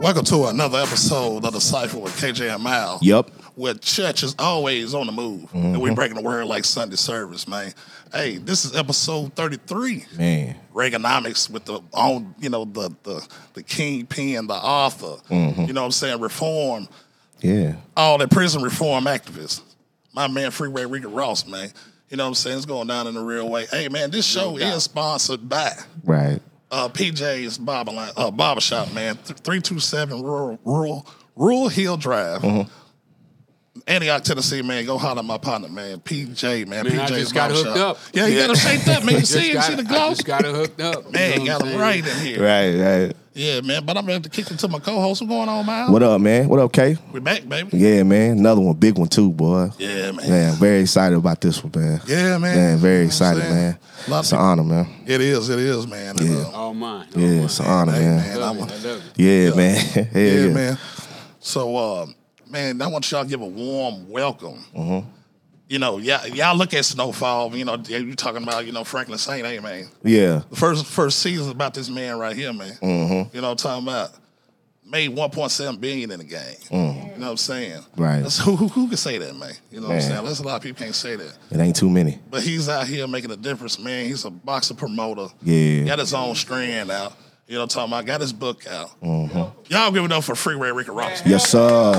Welcome to another episode of The Cypher with KJ and Mal. Yep. Where church is always on the move. And we breaking the word like Sunday service, man. Hey, this is episode 33. Man. Reaganomics with the on, you know, the the the kingpin, the author. You know what I'm saying? Reform. Yeah. All the prison reform activists. My man Freeway Rica Ross, man. You know what I'm saying? It's going down in the real way. Hey man, this show is sponsored by Right. uh, PJ's Barber Line, uh, Barbershop, man. Th- 327 Rural, Rural, Rural Hill Drive. Mm-hmm. Antioch, Tennessee, man. Go holler at my partner, man. PJ, man. Man, I PJ's just got Barbershop. hooked up. Yeah, you Yeah. got him shaped up, man. You Just see it, got- see the I gloves? just got it hooked up. You know Man, what got I'm him saying? right in here. Right. Right. Yeah, man. But I'm going to kick it to my co-host. What's going on, man? What up, man? What up, K? We back, baby. Yeah, man. Another one, big one too, boy. Yeah, man. Man, very excited about this one, man. Yeah, man. Man, You know what very I'm excited, saying? man. A lot of It's an people- honor, man. It is. It is, man. And, Yeah. uh, All mine. all Yeah, mine. it's an honor, Hey, man. man. I love I'm- it, I love it. Yeah, man. Hell Yeah, yeah. man. So, uh, man, I want y'all to give a warm welcome. Mm-hmm. You know, y'all, y'all look at Snowfall. You know, you talking about you know Franklin Saint, hey man. Yeah. The first first season is about this man right here, man. Mm-hmm. You know, what I'm talking about made 1.7 billion in the game. You know what I'm saying? Mm. Right. That's- who, who who can say that, man? You know what I'm Man. saying? There's a lot of people can't say that. It ain't too many. But he's out here making a difference, man. He's a boxer promoter. Yeah. Got his own strand out. You know what I'm talking about? Got his book out. Mm-hmm. Y'all give it up for Freeway Ricky Ross. Yes, sir.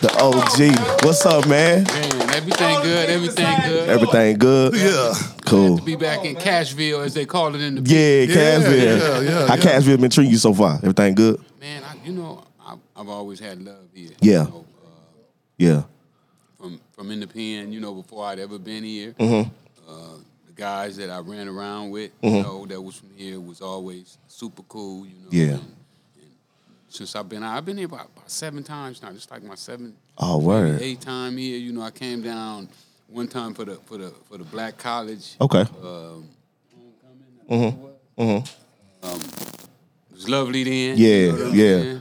The OG. What's up, man? Man, everything good. Everything good. Everything good? Yeah. Cool. Be back in Cashville as they call it in the Yeah, yeah, Cashville. yeah, How yeah. Cashville been treating you so far? Everything good? man. I, you know, I, I've always had love here. Yeah. You know, uh, Yeah. from from in the pen, you know, before I'd ever been here. Mm-hmm. Uh, the guys that I ran around with, you know, that was from here was always super cool, you know. Yeah. And, and since I've been out, I've been here about, about seven times now, just like my seven Oh, word. eight time here. You know, I came down one time for the for the for the black college. Okay. Um, mm-hmm. Um, it was lovely then. Mm-hmm. Yeah, what I'm yeah. saying?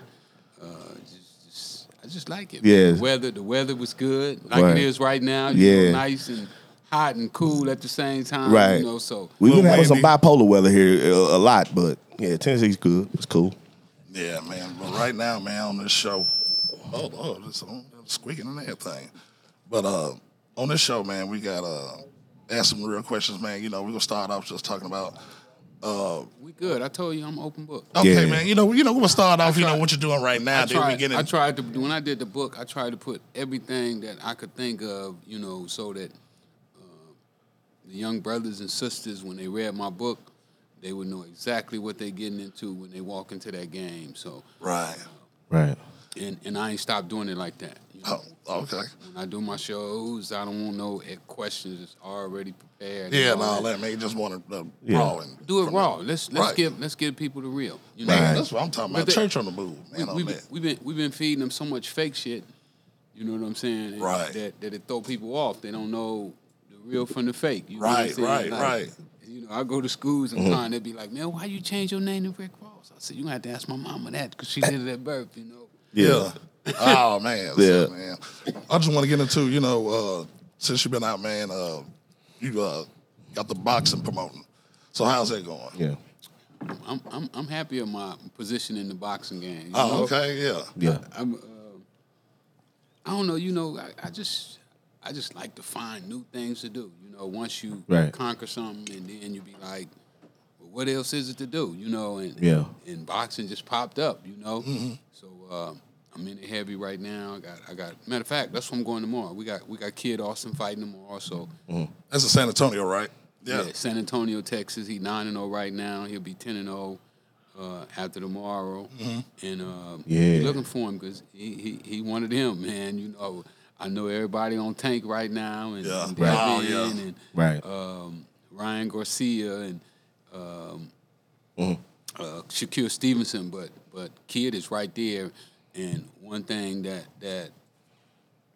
Uh, just, just, I just like it. Yeah. The weather, the weather was good, like Right. it is right now. you know, Yeah. nice and hot and cool at the same time. Right. You know, so We've been Little having some wavy. bipolar weather here uh, a, a lot, but yeah, Tennessee's good. It's cool. Yeah, man. But right now, man, on this show, oh Lord, it's on it's squeaking and everything. But uh on this show, man, we got uh ask some real questions, man. You know, we're gonna start off just talking about we good. I told you I'm open book. Okay, Yeah. man, you know, you know, we're gonna start off, you know, tried- what you're doing right now. I Then we tried, get in I tried to when I did the book, I tried to put everything that I could think of, you know, so that uh, the young brothers and sisters, when they read my book, they would know exactly what they're getting into when they walk into that game. So, Right. Right. and and I ain't stopped doing it like that. You know? Oh, okay. When I do my shows, I don't want no eh, questions. It's already prepared. and Yeah, and all all that. that, man. You just want to uh, Yeah. raw and Do it from- raw. Let's let's Right. give let's give people the real. You know, Man, Right. that's what I'm talking about. But they- Church on the move, man. on we, we, that. we've been we've been feeding them so much fake shit. You know what I'm saying? Right. That that it throw people off. They don't know the real from the fake. You know what I'm Right, saying? right, Like, right. Mm-hmm. You know, I go to schools sometimes. They be like, "Man, why you change your name to Rick Ross?" I said, "You gonna have to ask my mama that because she did it at birth." You know. Yeah. oh man. Yeah. Yeah. man. I just want to get into you know uh, since you've been out, man. Uh, you uh, got the boxing promoting. So how's that going? Yeah. I'm I'm I'm happy with my position in the boxing game. you know? Oh, okay. Yeah. Yeah. I'm, uh, I don't know. You know, I, I just, I just like to find new things to do. You know, once you Right. conquer something, and then you be like, well, what else is it to do? You know, and Yeah. and boxing just popped up. You know, so uh, I'm in it heavy right now. I got, I got. Matter of fact, that's where I'm going tomorrow. We got, we got Kid Austin fighting tomorrow. So That's in San Antonio, right? yeah. Yeah. San Antonio, Texas. He nine and zero right now. He'll be ten and zero uh, after tomorrow. And Mm-hmm. um, Yeah. we looking for him because he, he he wanted him, man. You know, I I know everybody on Tank right now, and, Yeah. and Right. Devin, Oh, yeah. and Right. um, Ryan Garcia, and Mm-hmm. um, uh, Shakir Stevenson. But but Kid is right there, and one thing that that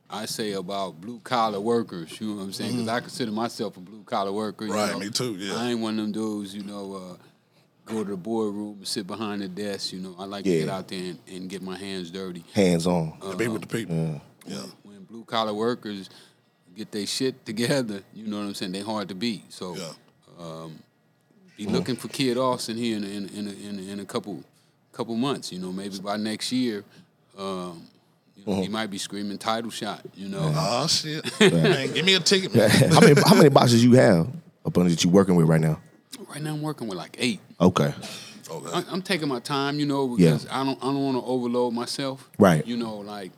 I say about blue collar workers, you know what I'm saying? Because I consider myself a blue collar worker. you Mm-hmm. Right, know? me too, yeah. I ain't one of them dudes, you know. Uh, Go to the boardroom, sit behind the desk. You know, I like to Yeah. get out there and, and get my hands dirty Hands on. to be with the people. Yeah. when blue collar workers get their shit together, you know what I'm saying? They hard to beat. So Yeah. be looking for Kid Austin here in in in in, in a couple couple months. You know, maybe by next year, um, you know, he might be screaming title shot. You know, Oh shit. Man, give me a ticket, man. how many how many boxes you have up under that you working with right now? right now I'm working with like eight. Okay. Okay. I, I'm taking my time, you know, Yeah. because I don't I don't want to overload myself. Right. You know, like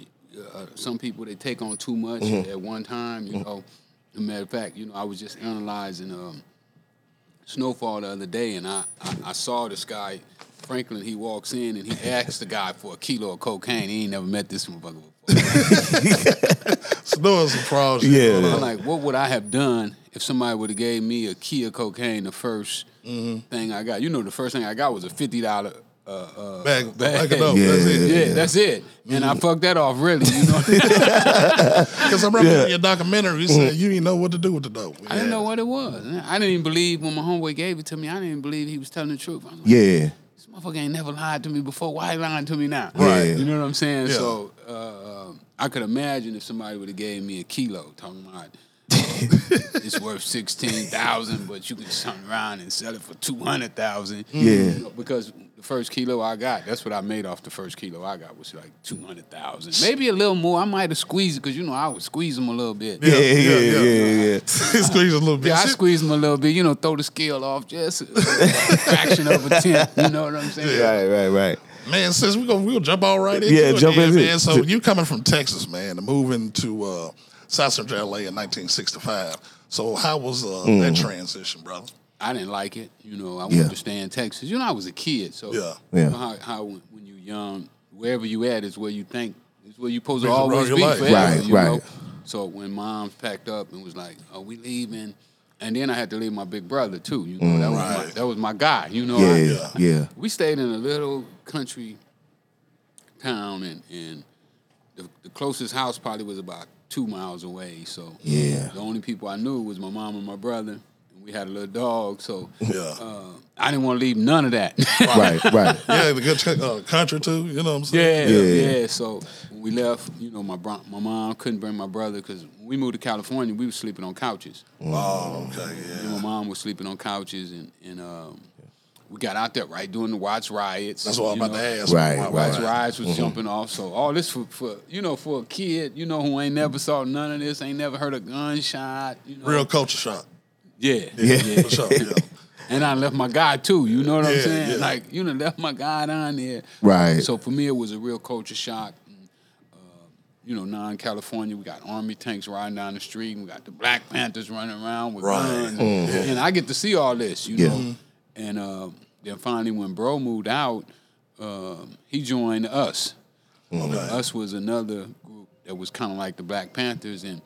uh, some people they take on too much Mm-hmm. at one time. You know, As a matter of fact, you know, I was just analyzing um, snowfall the other day, and I, I I saw this guy Franklin. He walks in and he asks the guy for a kilo of cocaine. He ain't never met this motherfucker before. So doing some fraud shit. Yeah. going I'm on. like, what would I have done if somebody would have gave me a key of cocaine? The 1st Mm-hmm. thing I got, you know, the first thing I got was a fifty dollar. Uh, uh, Back, Bag. back it up. That's it. Yeah, that's it. And I fucked that off really, you know. Because I remember in your documentary, you said you didn't know what to do with the dope. I didn't know what it was. I didn't even believe when my homeboy gave it to me. I didn't even believe he was telling the truth. I'm like, Yeah. this motherfucker ain't never lied to me before. Why he lying to me now? Right. You know what I'm saying? Yeah. So uh, I could imagine if somebody would have gave me a kilo, talking about it's worth sixteen thousand, but you can turn around and sell it for two hundred thousand. Yeah. Because the first kilo I got, that's what I made off the first kilo I got was like two hundred thousand, maybe a little more. I might have squeezed it because you know I would squeeze them a little bit. Yeah, yeah, yeah, yeah, yeah, yeah. Squeeze a little bit. Yeah, I Shit. squeeze them a little bit, you know, throw the scale off just a fraction of a tenth. You know what I'm saying? Right, right, right. Man, since we're gonna we'll jump all right in. Yeah, jump in, in it. man. So you coming from Texas, man, and moving to uh, South Central LA in 1965. So how was uh, that Mm. transition, brother? I didn't like it. You know, I Yeah. wanted to stay in Texas. You know, I was a kid, so Yeah. Yeah. You know how, how when, when you're young, wherever you at is where you think is where you supposed to Is around always your be life. forever. Right, you right. Know? So when mom packed up and was like, "Are we leaving?" and then I had to leave my big brother too. You know, that was my, Right. that was my guy. You know, I- Yeah, yeah. we stayed in a little country town, and, and the, the closest house probably was about two miles away. So Yeah. the only people I knew was my mom and my brother. And we had a little dog, so Yeah. uh, I didn't want to leave none of that. Right, right. Yeah, the good uh, country too. You know what I'm yeah, saying? yeah, So when we left, you know, my bro- my mom couldn't bring my brother because we moved to California. We were sleeping on couches. Oh, okay, yeah. My mom was sleeping on couches, and and um, we got out there right during the Watts riots. That's what I'm you about know. to ask. Right, Why- right. Mm-hmm. why- Watts riots was jumping off. So all this for, for you know for a kid you know who ain't never saw none of this, ain't never heard a gunshot. You know, Real culture shock. yeah, Yeah. For sure. Yeah. And I left my guy too. You know what I'm Yeah, saying? yeah. Like you know left my guy down there. Right. So for me it was a real culture shock. And, uh, You know, non-California, we got army tanks riding down the street, and we got the Black Panthers running around with Right. guns, and I get to see all this, you Mm-hmm. Yeah. know. And uh, then finally, when Bro moved out, um, he joined us. Okay. Us was another group that was kind of like the Black Panthers, and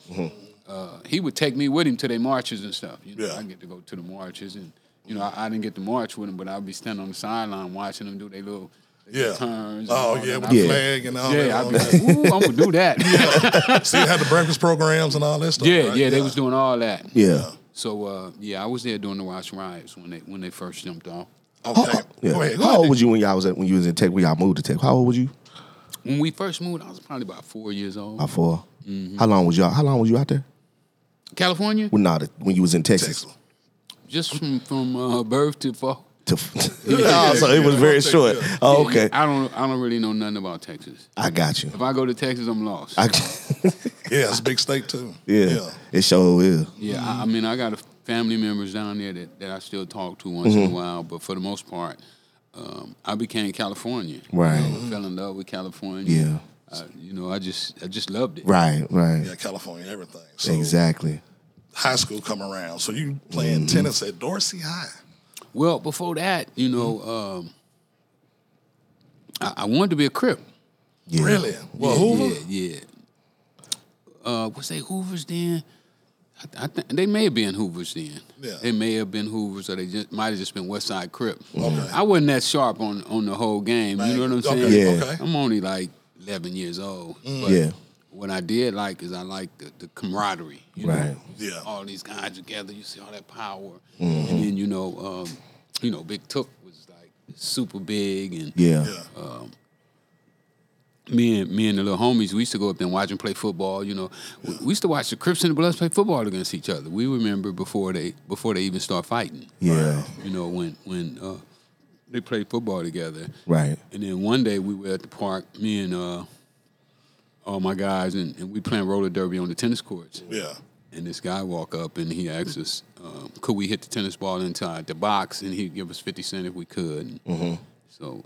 uh, he would take me with him to their marches and stuff. You know, Mm-hmm. Yeah. I get to go to the marches, and you know, I, I didn't get to march with him, but I'd be standing on the sideline watching them do their little their Yeah. turns. and all Oh that, yeah, and with I'd be the Yeah. flag and all like, yeah, that. I'd be like, ooh, I'm gonna do that. yeah, See, you had the breakfast programs and all that stuff. yeah, right? they was doing all that. Yeah. So uh, yeah, I was there during the Watch riots when they when they first jumped off. Okay. Yeah. Go ahead. Go How ahead. old was you when y'all was at, when you was in tech when y'all moved to tech? How old was you? When we first moved, I was probably about four years old. Oh. About 4 How long was y'all? How long was you out there? California, Well, not when you was in Texas. Texas. just from from uh, birth to fall. To, oh, so it was very short. Oh, okay, I don't I don't really know nothing about Texas. I got you. If I go to Texas, I'm lost. I, Yeah, it's a big state too. yeah, it sure is. yeah, I, I mean, I got a family members down there that, that I still talk to once Mm-hmm. in a while, but for the most part, um, I became California. Right. You know, I fell in love with California. Yeah. I, you know, I just I just loved it. Right, right, Yeah, California, everything. So exactly. high school come around. So you playing Mm-hmm. tennis at Dorsey High. Well, before that, you know, Mm-hmm. um, I, I wanted to be a Crip. Yeah. Really? Well, yeah, Hoover? yeah, yeah. uh, was they Hoovers then? I, th- I th- they may have been Hoovers then. Yeah. They may have been Hoovers, or they just might have just been West Side Crip. Okay. I wasn't that sharp on on the whole game. You Right. know what I'm Okay, saying? Yeah. okay. Mm. I'm only like 11 years old. But Yeah. What I did like is I liked the, the camaraderie. You Right. Know? Yeah. Oh, All these guys together. You see all that power. Mm-hmm. And then you know, um, you know, Big Took was like super big and Yeah. Yeah. me and me and the little homies, we used to go up there and watch them play football. You know, we, we used to watch the Crips and the Bloods play football against each other. We remember before they before they even start fighting. Yeah. You know, when when uh, they played football together. Right. And then one day we were at the park, me and uh, all my guys, and, and we playing roller derby on the tennis courts. Yeah. And this guy walk up and he asks us, um, could we hit the tennis ball inside the box? And he'd give us 50 cent if we could. Mm-hmm. So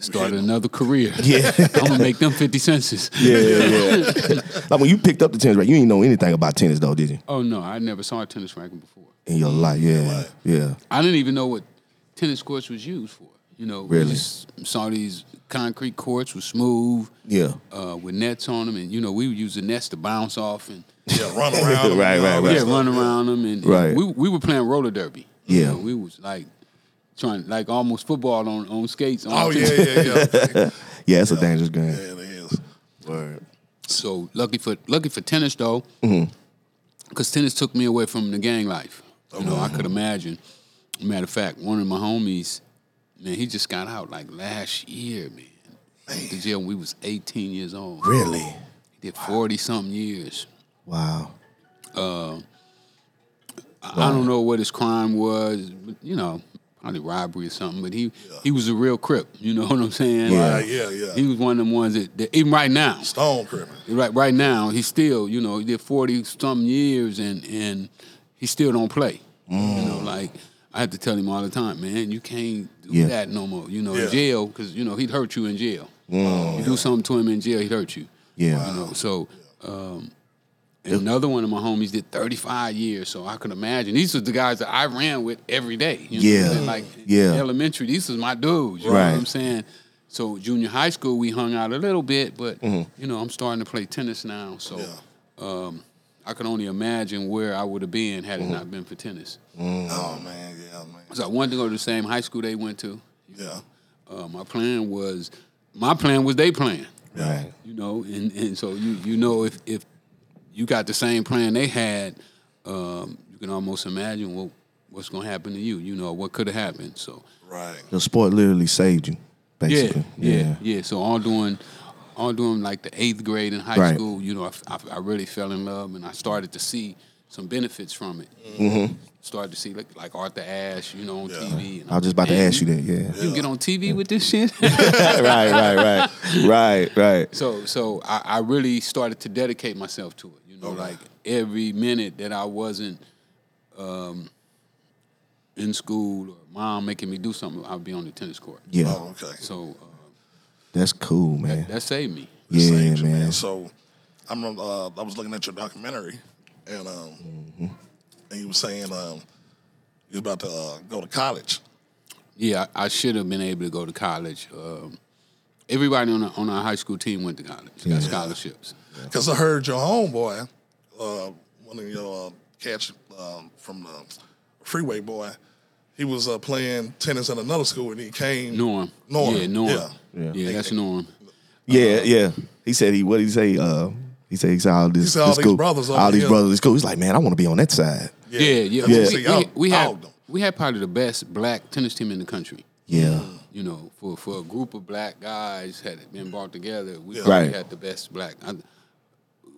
started another career. Yeah. I'm going to make them 50 cents. Yeah, yeah, yeah. like when you picked up the tennis racket, you didn't know anything about tennis though, did you? Oh, no, I never saw a tennis racket before. In your life, yeah, Right. yeah, I didn't even know what tennis courts was used for. You know, we Really? just saw these concrete courts were smooth. yeah. uh, with nets on them, and you know we would use the nets to bounce off and Yeah. Run around. Right, and right, all right. that yeah, stuff. run around them, and, and Right. we we were playing roller derby. You Yeah. know, we was like trying like almost football on on skates. On Oh yeah, tennis. yeah, yeah. Yeah, it's a dangerous game. yeah, it is. Word. So lucky for lucky for tennis though, Mm-hmm. because tennis took me away from the gang life. You know, I could Mm-hmm. imagine. Matter of fact, one of my homies, man, he just got out like last year, man. The jail when we was 18 years old. Really? He did 40 something years. Wow. I I don't know what his crime was, but, you know, probably robbery or something. But he he was a real crip. You know what I'm saying? Yeah. Right, yeah, yeah. He was one of them ones that, that even right now, Stone criminal. right right now, he still you know he did forty something years and and he still don't play. You Mm. know, like I have to tell him all the time, man, you can't do Yeah. that no more. You know, Yeah. Mm. in jail because you know he'd hurt you in jail. you do something to him in jail, he'd hurt you. Yeah. you know. Oh, So. Um, and another one of my homies did 35 years, so I could imagine. These are the guys that I ran with every day. You know Yeah. what I'm saying? like Yeah. elementary, these was my dudes. You know Right. what I'm saying? So junior high school, we hung out a little bit, but Mm-hmm. you know, I'm starting to play tennis now, so um, I can only imagine where I would have been had Mm-hmm. it not been for tennis. Oh man, yeah, man. So I wanted to go to the same high school they went to. Yeah. Uh, my plan was, my plan was they plan Right. you know, and, and so you you know if if you got the same plan they had, um, you can almost imagine what what's gonna happen to you. You know what could have happened. So Right. The sport literally saved you, yeah, basically. yeah, yeah, So all doing all doing like the eighth grade in high Right. school, you know, I f- I, f- I really fell in love and I started to see some benefits from it. Mm-hmm. Started to see like, like Arthur Ashe, you know, on Yeah. TV. And I was just about to man, ask you that. Yeah. You get on TV with this shit. right, right, right, right, right. So so I, I really started to dedicate myself to it. You know, like every minute that I wasn't um, in school or mom making me do something, I'd be on the tennis court. Yeah, Oh, okay. So uh, that's cool, man. that saved me. yeah, Saves you, man. So I remember uh, I was looking at your documentary, and um, Mm-hmm. and you were saying um, you was about to uh, go to college. Yeah, I, I should have been able to go to college. Um, everybody on our, on our high school team went to college, got scholarships. Because I heard your homeboy, uh, one of your uh, cats um, from the freeway boy, he was uh, playing tennis at another school and he came. Norm. Norm. Yeah, Norm. Yeah. Yeah. Yeah, that's Norm. Yeah, yeah. He said he what did he say? Uh, he said he saw all this, He said all this these cool- brothers over all these here. brothers. It's cool. He's like, man, I want to be on that side. Yeah, yeah. That's what I'm We, saying. we, Y'all- we y'all had don't- we had probably the best black tennis team in the country. Yeah, you know, for, for a group of black guys had it been brought together, we Yeah. probably Right. had the best black.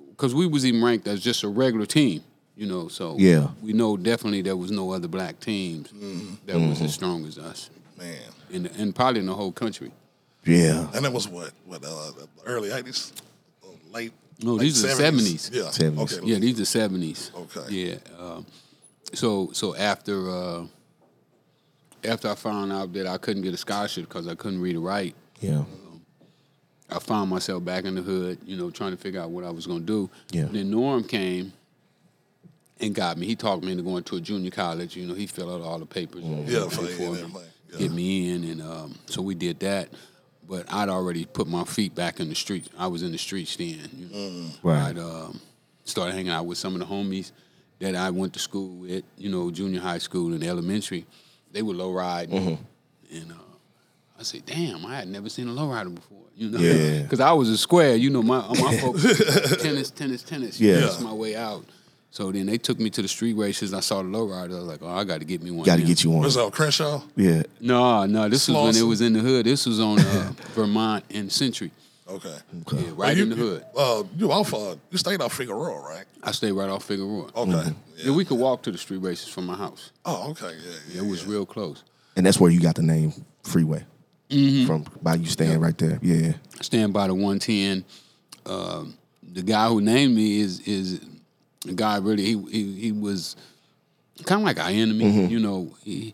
Because we was even ranked as just a regular team, you know, so Yeah. we know definitely there was no other black teams Mm-hmm. that Mm-hmm. was as strong as us, man. in the, and probably in the whole country. yeah. And that was what, what uh, early 80s? Or Late? No, late these are 70s? 70s. Yeah. 70s. Okay. Yeah, these are seventies. Okay. Yeah. Um, so so after uh, after I found out that I couldn't get a scholarship because I couldn't read or write, Yeah, I found myself back in the hood, you know, trying to figure out what I was going to do. Yeah. Then Norm came and got me. He talked me into going to a junior college. You know, he filled out all the papers. and Yeah, everything for- yeah, me, everything. Yeah. Get me in, and um, so we did that. but I'd already put my feet back in the street. I was in the streets then. You know? Mm. Right. I'd um, started hanging out with some of the homies that I went to school with, you know, junior high school and elementary. They were low riding, Mm-hmm. and uh, I said, "Damn, I had never seen a low rider before." You know, Yeah. because I was a square. You know, my my folks tennis, tennis, tennis. Yeah. Yeah, that's my way out. So then they took me to the street races. And I saw the low rider. I was like, "Oh, I got to get me one." Got to now." get you on. What's up, Crenshaw? Yeah. No, no, this was when Slauson. it was in the hood. This was on uh, Vermont and Century. Okay. Yeah, right you, in the hood. You, uh, you off? Uh, you stayed off Figueroa, right? I stayed right off Figueroa. Okay. Yeah, we could walk to the street races from my house. Oh, okay. Yeah, yeah. It was yeah. real close. And that's where you got the name Freeway from by you staying right there. Yeah. I stand by the 110. Um, the guy who named me is is a guy really he he, he was kind of like our enemy, Mm-hmm. you know. He,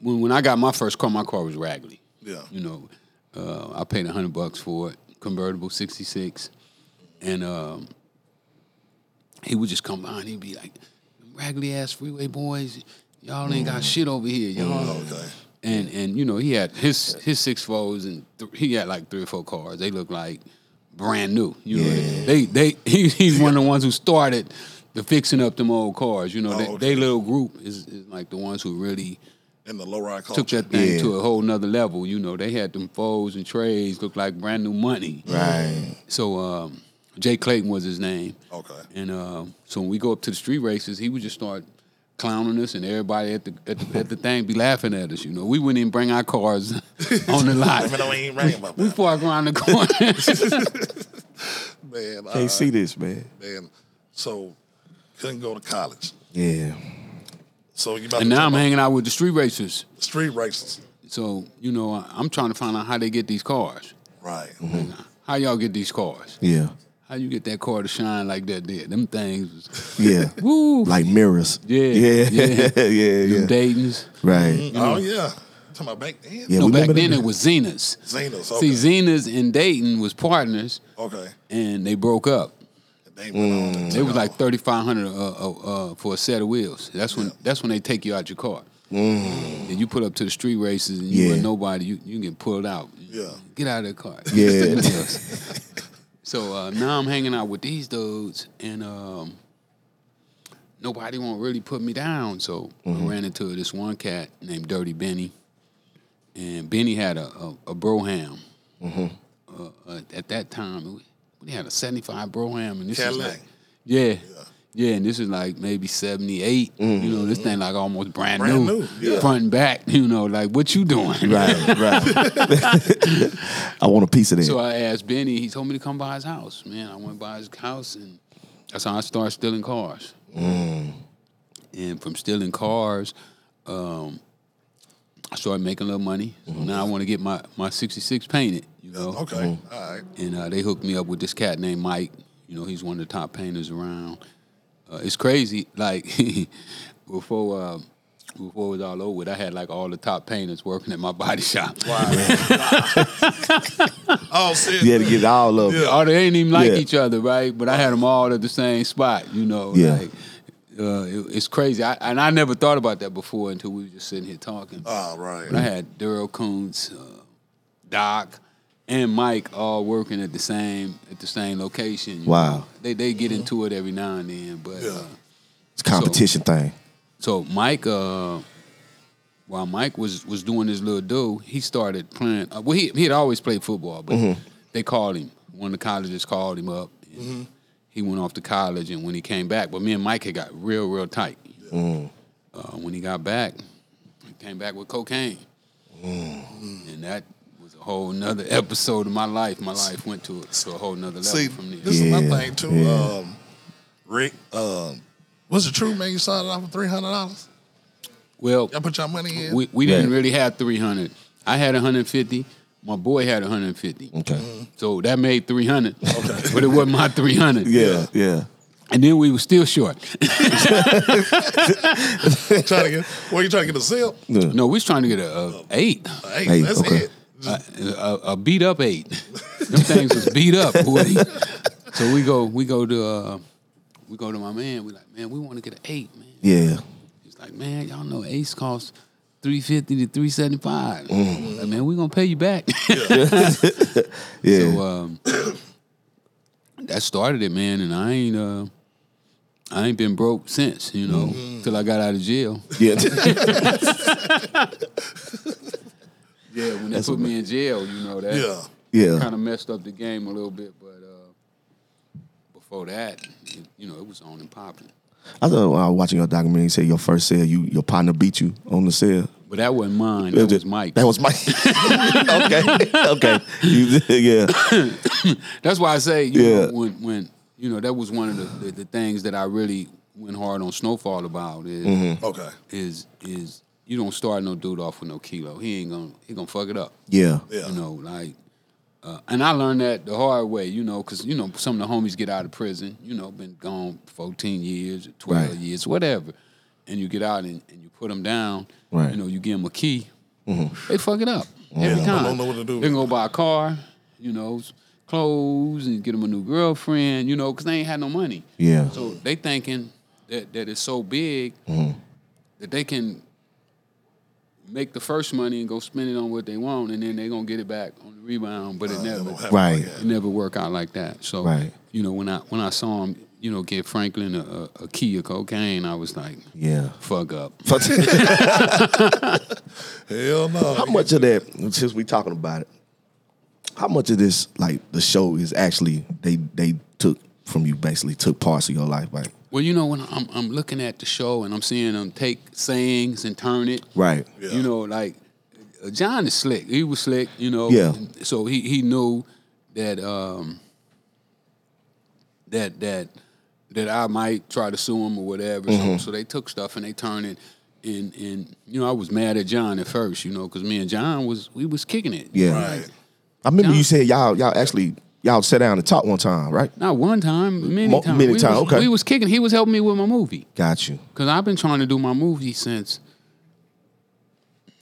when when I got my first car, my car was Ragley. Yeah. you know, uh, I paid a hundred bucks for it, convertible '66, and um, he would just come by and he'd be like, "Raggedy ass freeway boys, y'all ain't Mm-hmm. got shit over here, y'all." Okay. And and you know he had his his six fours and th- he had like three or four cars. They looked like brand new. You know they they he, he's one of the ones who started the fixing up them old cars. You know Oh, they, okay. they little group is, is like the ones who really In the low ride culture. took that thing Yeah. to a whole nother level. You know, they had them foes and trades looked like brand new money. Right. So um, Jay Clayton was his name. Okay. And um, so when we go up to the street races, he would just start clowning us, and everybody at the at the, at the thing be laughing at us. You know, we wouldn't even bring our cars on the lot. Even though we ain't ringing about We that. park around the corner. Man, Can't all see this, man. right, man. So couldn't go to college. Yeah. So you about and to now I'm talk about hanging out with the street racers. street races. So you know, I, I'm trying to find out how they get these cars. Right. Oh, How y'all get these cars? Yeah. How you get that car to shine like that? There, them things. Was, Yeah. woo. like mirrors. Yeah, Yeah. Yeah. yeah. Yeah. Them Dayton's. Right. Oh yeah. Talking about back then. Yeah. No, we back remember then them. it was Zenas. Zenas, okay. See, Zenas and Dayton was partners, Okay. and they broke up. They went on and It took was like off. thirty five hundred uh, uh, uh, for a set of wheels. That's when that's when they take you out your car. And you put up to the street races, and you Yeah. were nobody. You you get pulled out. Yeah. get out of the car. Yeah. so uh, now I'm hanging out with these dudes, and um, nobody won't really put me down. So I ran into this one cat named Dirty Benny, and Benny had a a, a broham. Uh, uh, at that time, we- we had a '75 broham, and this is Cadillac. like, yeah, yeah. and this is like maybe 78. You know, this thing like almost brand, Brand new. new, yeah. Front and back, you know, like what you doing? Right. Right. I want a piece of that. So I asked Benny. He told me to come by his house. Man, I went by his house, and that's how I started stealing cars. And from stealing cars, um, I started making a little money. So now I want to get my my '66 painted. You know. Okay. All right. And uh, they hooked me up with this cat named Mike. You know, he's one of the top painters around. Uh, it's crazy. Like before, uh, before it was all over, with, I had like all the top painters working at my body shop. Oh, see, you had to get all of them. Oh, they ain't even like Yeah. each other, right? But I had them all at the same spot, you know. Yeah. Like, uh, it- it's crazy. I, and I never thought about that before until we were just sitting here talking. Oh, But I right. had Daryl Coons, uh, Doc, and Mike all working at the same at the same location. you Wow. Mm-hmm. know. They they get into it every now and then, but Yeah. uh, It's a competition thing. so Mike, uh, while Mike was was doing his little do, he started playing. Uh, well, he he had always played football, but Mm-hmm. they called him. One of the colleges called him up. And Mm-hmm. He went off to college, and when he came back, but me and Mike had got real real tight. Mm. Uh, when he got back, he came back with cocaine, Mm. and that was a whole nother episode of my life. My life went to to a whole nother level See, from there. this is my Yeah, thing too. yeah. Um, Rick, um, was it true, man? You started off with three hundred dollars. Well, Y'all put your money in. we, we Yeah. didn't really have 300. I had 150. My boy had 150. Okay. So that made 300. But it wasn't my 300. Yeah. Yeah. And then we were still short. trying to get. Well, you trying to get a zip? Yeah. no, we was trying to get a, a eight. Hey, Hey, that's okay. it. A, a, a beat up eight. Them things was beat up, boy. So we go we go to uh, we go to my man. We like, man, we want to get an eight, man. Yeah. He's like, man, y'all know Ace costs three fifty to three seventy five. Mm. Like, man, we gonna pay you back. Yeah. uh, So um, that started it, man, and I ain't uh, I ain't been broke since, you know, till I got out of jail. yeah. Yeah, when they put me in jail, you know that Yeah. yeah. kind of messed up the game a little bit. But uh, before that, it, you know, it was on and popping. I thought when I was watching your documentary, you said your first sale, you your partner beat you on the sale. But that wasn't mine. That was Mike. That was Mike. okay. Okay. You- yeah. That's why I say, you Yeah. know, when when you know that was one of the, the, the things that I really went hard on Snowfall about is Mm-hmm. Okay. is is you don't start no dude off with no kilo. He ain't gonna he gonna fuck it up. Yeah. Yeah. You know, like, uh, and I learned that the hard way, you know, because, you know, some of the homies get out of prison, you know, been gone 14 years, 12 Right. years, whatever. And you get out and, and you put them down, Right. you know, you give them a key, they fuck it up every Mm-hmm. Yeah, time. I don't know what to do. They can go buy a car, you know, s- clothes and get them a new girlfriend, you know, because they ain't had no money. Yeah. So they thinking that, that it's so big that they can make the first money and go spend it on what they want, and then they're gonna get it back on the rebound. But it Uh, never, don't have it it like Right. that. never work out like that. So Right. you know, when I when I saw him, you know, give Franklin a, a, a key of cocaine, I was like, Yeah. fuck up. But Hell no. how much of that, since we talking about it, how much of this, like the show is actually they they took from you, basically took parts of your life, like Well, you know, when I'm I'm looking at the show and I'm seeing them take sayings and turn it, right. Yeah. you know, like uh, John is slick. He was slick, you know. Yeah. So he he knew that um that that that I might try to sue him or whatever. Mm-hmm. So, so they took stuff and they turned it. And and you know I was mad at John at first, you know, because me and John was we was kicking it. Yeah. Right. I remember you said y'all y'all actually y'all sat down and talked one time, right? Not one time, many Mo- times. many we time, was, okay. We was kicking. He was helping me with my movie. Got you. Because I've been trying to do my movie since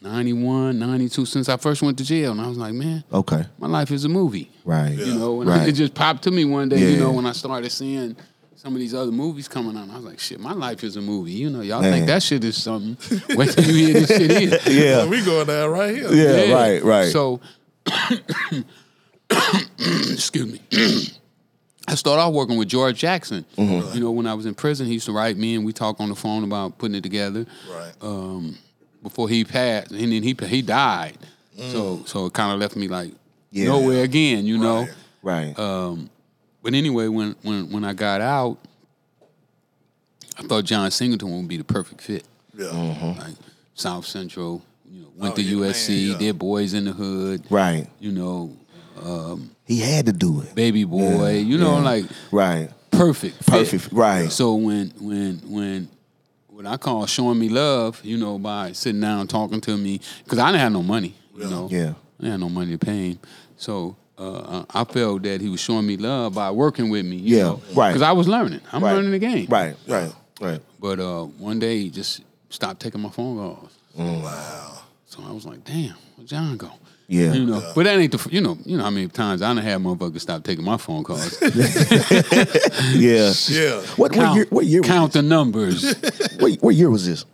91, 92, since I first went to jail. And I was like, man, Okay. my life is a movie. Right. Yeah. You know, and Right. it just popped to me one day, you Yeah. know, when I started seeing some of these other movies coming out. I was like, shit, my life is a movie. You know, y'all Man. think that shit is something. Wait till you hear this shit is. Yeah. We going down right here. Yeah, right, right. So, excuse me. I started off working with George Jackson. Mm-hmm. You know, when I was in prison, he used to write me and we talk on the phone about putting it together Right. Uh, before he passed, and then he he died. So so it kind of left me like Mm. Yeah. nowhere again, you know. Right. right. uh, But anyway, when when when I got out, I thought John Singleton would be the perfect fit. yeah. Like South Central, you know, went Oh, to yeah, man, USC, yeah. did Boys in the Hood, right. you know, He had to do it. Baby Boy, you know, Yeah. like Right. perfect, fit. Perfect. Right. So when when when when I call showing me love, you know, by sitting down talking to me, because I didn't have no money, you know, Yeah. I didn't have no money to pay him, so. Uh, I I felt that he was showing me love by working with me. You Yeah, know? right. Because I was learning. I'm Right. learning the game. Right. Right. Right. But uh, one day he just stopped taking my phone calls. Wow. So I was like, damn, where John go? Yeah. You know, but that ain't the f- you know you know how many times I done had motherfuckers stop taking my phone calls. Yeah. Yeah. What, what Count- year? What year? Count the numbers. Was, what, what year was this?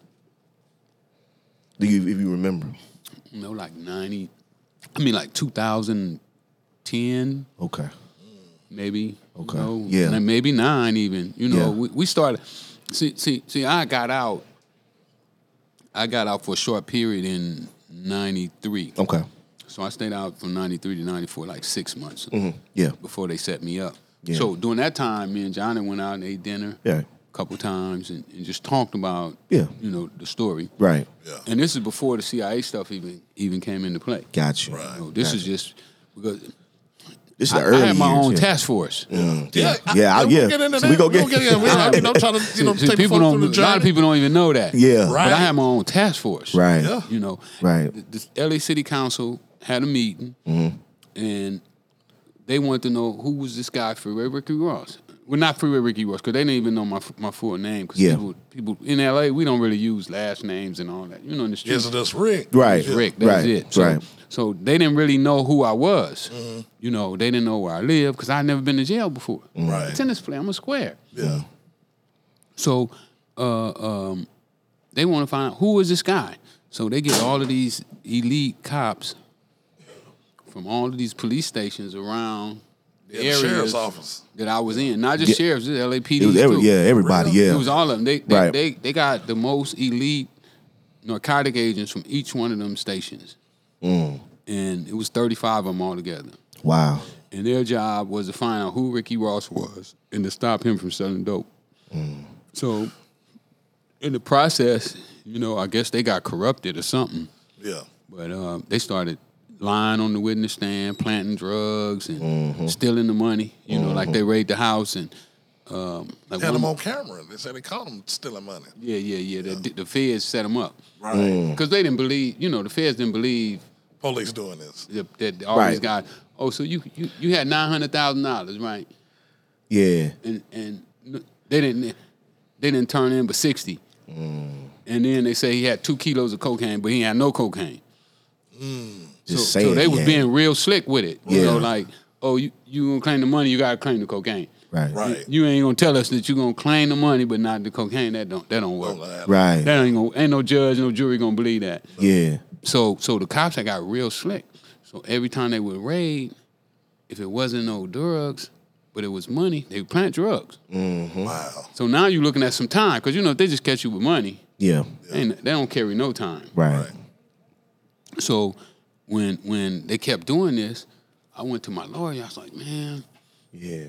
Do you if you remember? you know, like ninety. I mean, like two thousand ten, Okay. maybe. Okay. You know, Yeah. and maybe nine even. You know, Yeah. we, we started. See, see, see. I got out. I got out for a short period in ninety three. Okay. So I stayed out from 93 to 94, like six months Yeah. before they set me up. Yeah. So during that time, me and Johnny went out and ate dinner Yeah. a couple times and, and just talked about, Yeah. you know, the story. Right. Yeah. And this is before the CIA stuff even even came into play. Got you. Right. You know, this is just because This is I, the early I had my years, own yeah. task force. Yeah. I- Yeah, I- we'll yeah. Get into So that. we gonna We'll get- into that. I mean, I'm trying to, you know, See, take people people through don't, the a lot of journey. people don't even know that. Yeah. Right. But I had my own task force. Right. Yeah. You know, Right. Mm-hmm. The, the LA City Council had a meeting, and they wanted to know who was this guy, Freeway Ricky Ross. Well, not Freeway Ricky Ross, because they didn't even know my my full name. Because Yeah. people, people in LA, we don't really use last names and all that. You know, in the streets, Is it this Rick? Right. Rick. That's right. it. So, right. so they didn't really know who I was. You know, they didn't know where I lived because I'd never been to jail before. Mm-hmm. Right. A tennis player. I'm a square. Yeah. So uh, um, they want to find out who is this guy. So they get all of these elite cops from all of these police stations around the Yeah, the areas sheriff's office. that I was in. Not just Yeah. sheriffs, just LAPD. It was every, too. yeah, everybody, Really? yeah. It was all of them. They they, Right. they they got the most elite narcotic agents from each one of them stations, Mm. and it was thirty five of them all together. wow. And their job was to find out who Ricky Ross was and to stop him from selling dope. So, in the process, you know, I guess they got corrupted or something. Yeah. But uh, they started lying on the witness stand, planting drugs, and stealing the money. You know, like they raid the house and um, like Had one- them on camera. They said they caught them stealing money. yeah, yeah, yeah. The, the feds set them up Right. because they didn't believe. You know, the feds didn't believe Police doing this. that, that all these Right. guys. Oh, so you you, you had nine hundred thousand dollars, right? Yeah. And and they didn't they didn't turn in but sixty. And then they say he had two kilos of cocaine, but he had no cocaine. Just so, saying. so they was yeah. being real slick with it. You Yeah. know, like, oh, you, you gonna claim the money, you gotta claim the cocaine. right. Right. Right. You ain't gonna tell us that you gonna claim the money, but not the cocaine. That don't that don't work. Don't lie. That ain't gonna ain't no judge, no jury gonna believe that. Yeah. So so the cops that got real slick. So every time they would raid, if it wasn't no drugs, but it was money, they would plant drugs. Wow. So now you're looking at some time because you know if they just catch you with money, Yeah. ain't, they don't carry no time. Right. Right. So when when they kept doing this, I went to my lawyer. I was like, man, Yeah.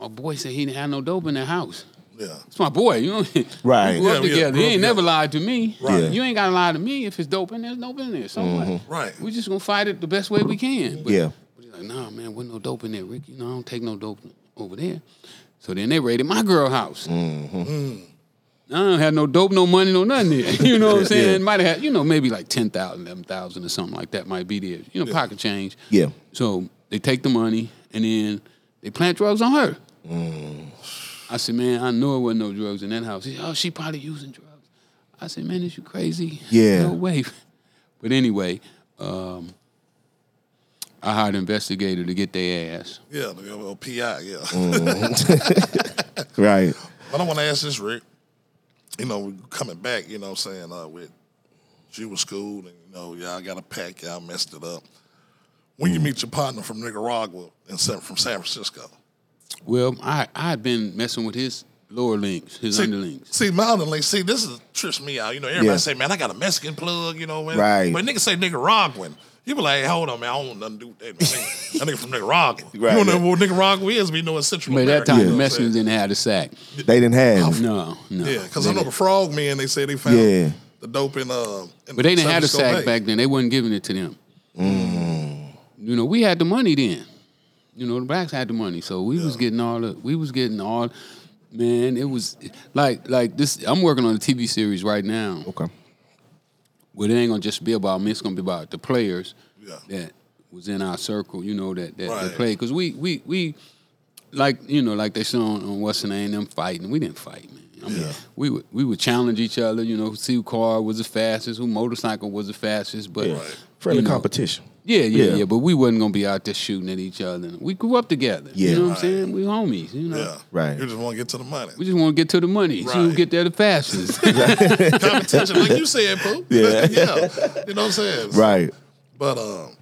my boy said he didn't have no dope in the house. Yeah. It's my boy, you know. Right. We grew Yeah, up yeah, together. grew He up ain't together. never lied to me. Right. Yeah. You ain't gotta lie to me if it's dope in there. It's dope in there. So what? Right. We just gonna fight it the best way we can. But, Mm-hmm. Yeah. But he's like, nah, man, wasn't no dope in there, Ricky. No, I don't take no dope over there. So then they raided my girl house. Mm. I don't have no dope, no money, no nothing there. You know what I'm saying? Might have had, you know, maybe like 10,000, 11,000 or something like that might be there. You know, pocket change. Yeah. So they take the money and then they plant drugs on her. I said, man, I know it wasn't no drugs in that house. He said, oh, she probably using drugs. I said, man, is you crazy? Yeah. No way. But anyway, um, I hired an investigator to get their ass. Yeah. The little PI. Yeah. Right. But I want to ask this, Rick. You know, we coming back, you know what I'm saying, uh, with she was school and, you know, y'all got a pack, y'all messed it up. When you meet your partner from Nicaragua and San, from San Francisco, Well, I I had been messing with his lower links, his underlings. see, my underling, see, this is trips me out. You know, everybody Yeah. say, man, I got a Mexican plug, you know, man. Right. But niggas say Nicaraguan. You be like, hey, hold on, man, I don't want nothing to do with that. Man. that nigga from Nicaragua. Right, you don't yeah. know what Nicaragua is, we know it's Central But that America. time, you know what the I'm Mexicans saying? didn't have the sack. They didn't have. No, no. Yeah, because They I know the didn't. frog men, they say they found Yeah. the dope in, uh, in But they didn't San have the Francisco sack Bay. back then. They wasn't giving it to them. You know, we had the money then. You know, the blacks had the money, so we was getting all the. We was getting all. Man, it was like like this. I'm working on a TV series right now. Okay. Well, it ain't gonna just be about me. It's gonna be about the players Yeah. that was in our circle. You know that that, Right. that played because we we we like you know like they saw on, on what's the name them fighting. We didn't fight, man. I mean, Yeah. we would we would challenge each other. You know, see who car was the fastest, who motorcycle was the fastest. But Yeah. Friendly you know, competition. yeah, yeah, Yeah. yeah, But we wasn't gonna be out there shooting at each other. We grew up together. Yeah. you know what Right. I'm saying? We homies. You know. Yeah. Right. You just want to get to the money. We just want to get to the money. See who Right. get there the fastest. Competition, like you said, Pooh. Yeah. yeah. You know what I'm saying? Right. But, um,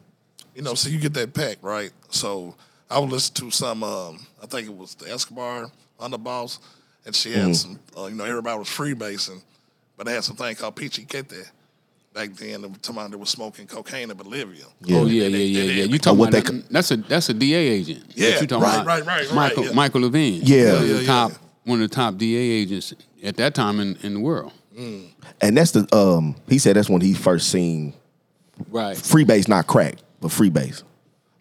you know, so you get that pack, right? So I was listening to some, um, I think it was the Escobar Underboss, and she had Mm. some, uh, you know, everybody was freebasing, but they had some thing called Peachy Kete. Back then, the time they was smoking cocaine in Bolivia. Yeah. Oh yeah, And yeah, they- yeah, and yeah. they- You talking what about they that- that's a that's a DA agent. that Yeah, you talking right, about. right, right, right, Michael yeah. Michael Levine. Yeah. one of Yeah, the yeah, top yeah. one of the top DA agents at that time in, in the world. And that's the um. He said that's when he first seen Right. freebase, not crack, but freebase.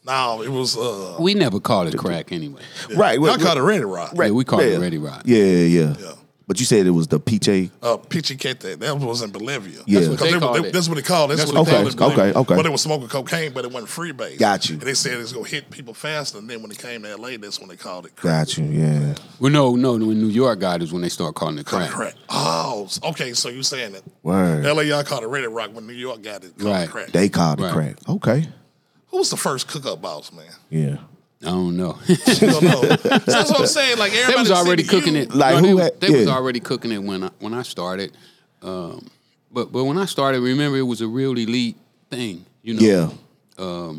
No, it was, uh, We never called it crack anyway. Right. I called it Ready Rock. Yeah, we called yeah. it Ready Rock. Yeah, yeah, yeah. Yeah. But you said it was the PJ. uh, Peachy Kete. That was in Bolivia. Yeah. That's what That's what they, they were- called they- it. that's what they called. it. That's, That's what what they they called called it. in it. Okay, Bolivia. okay. Well, they were smoking cocaine, but it wasn't freebase. Got you. And they said it's gonna hit people faster. And then when it came to LA, that's when they called it crack. Got you. Yeah. Well, no, no. When New York got it is when they started calling it crack. Crack. Oh, s- okay. So you saying that Word. LA y'all called it Red Rock when New York got it called Right. it crack. They called it Right. crack. Okay. Who was the first cook up boss, man? Yeah. I don't know. You don't know. so that's what I'm saying. Like they everybody was said already you- cooking it. Like, they, who was, had- they was yeah. already cooking it when I, when I started. Um, But but when I started, remember it was a real elite thing. You know, Yeah.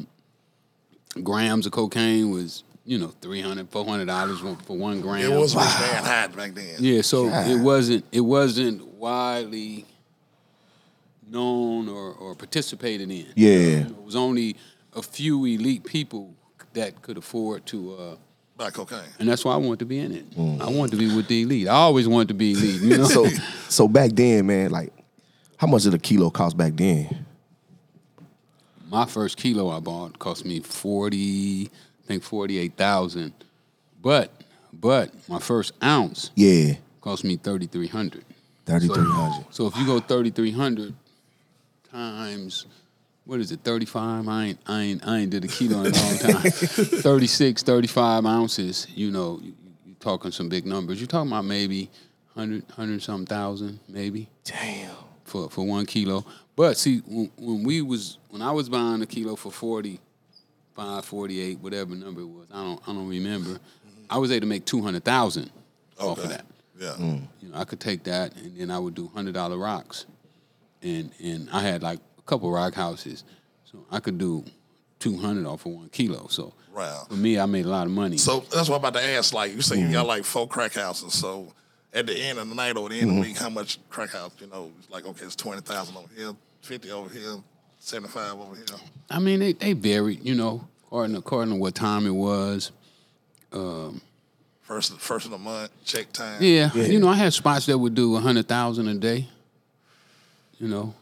grams of cocaine was you know 300 400 dollars for one It gram. was wow. bad hot back then. Yeah, so it wasn't it wasn't widely known or, or participated in. Yeah. It was only a few elite people that could afford to, uh, By cocaine. and that's why I wanted to be in it. I wanted to be with the elite. I always wanted to be elite. You know, Mm. So so back then, man, like how much did a kilo cost back then? my first kilo I bought cost me forty, I think forty eight thousand, but but my first ounce Yeah. cost me thirty three hundred. Thirty three hundred. So if you go thirty three hundred times what is it, thirty five? I ain't I ain't I ain't did a kilo in a long time. 36, 35 ounces, you know, you, you- you talking some big numbers. You're talking about maybe 100, 100 something thousand, maybe Damn. for, for one kilo. But see, when, when we was when I was buying a kilo for 45, 48, whatever number it was, I don't I don't remember. I was able to make two hundred thousand off of Okay. that. Yeah. Mm. You know, I could take that and then I would do hundred dollar rocks, and and I had like a couple rock houses, so I could do two hundred off of one kilo. So Wow. for me, I made a lot of money. So that's what I'm about to ask. Like you say, you Mm-hmm. got like four crack houses. So at the end of the night or the end of Mm-hmm. the week, how much crack house? You know, it's like okay, it's twenty thousand over here, fifty over here, seventy five over here. I mean, they they varied, you know, according according to what time it was. First, first of the month, check time. Yeah, you know, I had spots that would do a hundred thousand a day. You know,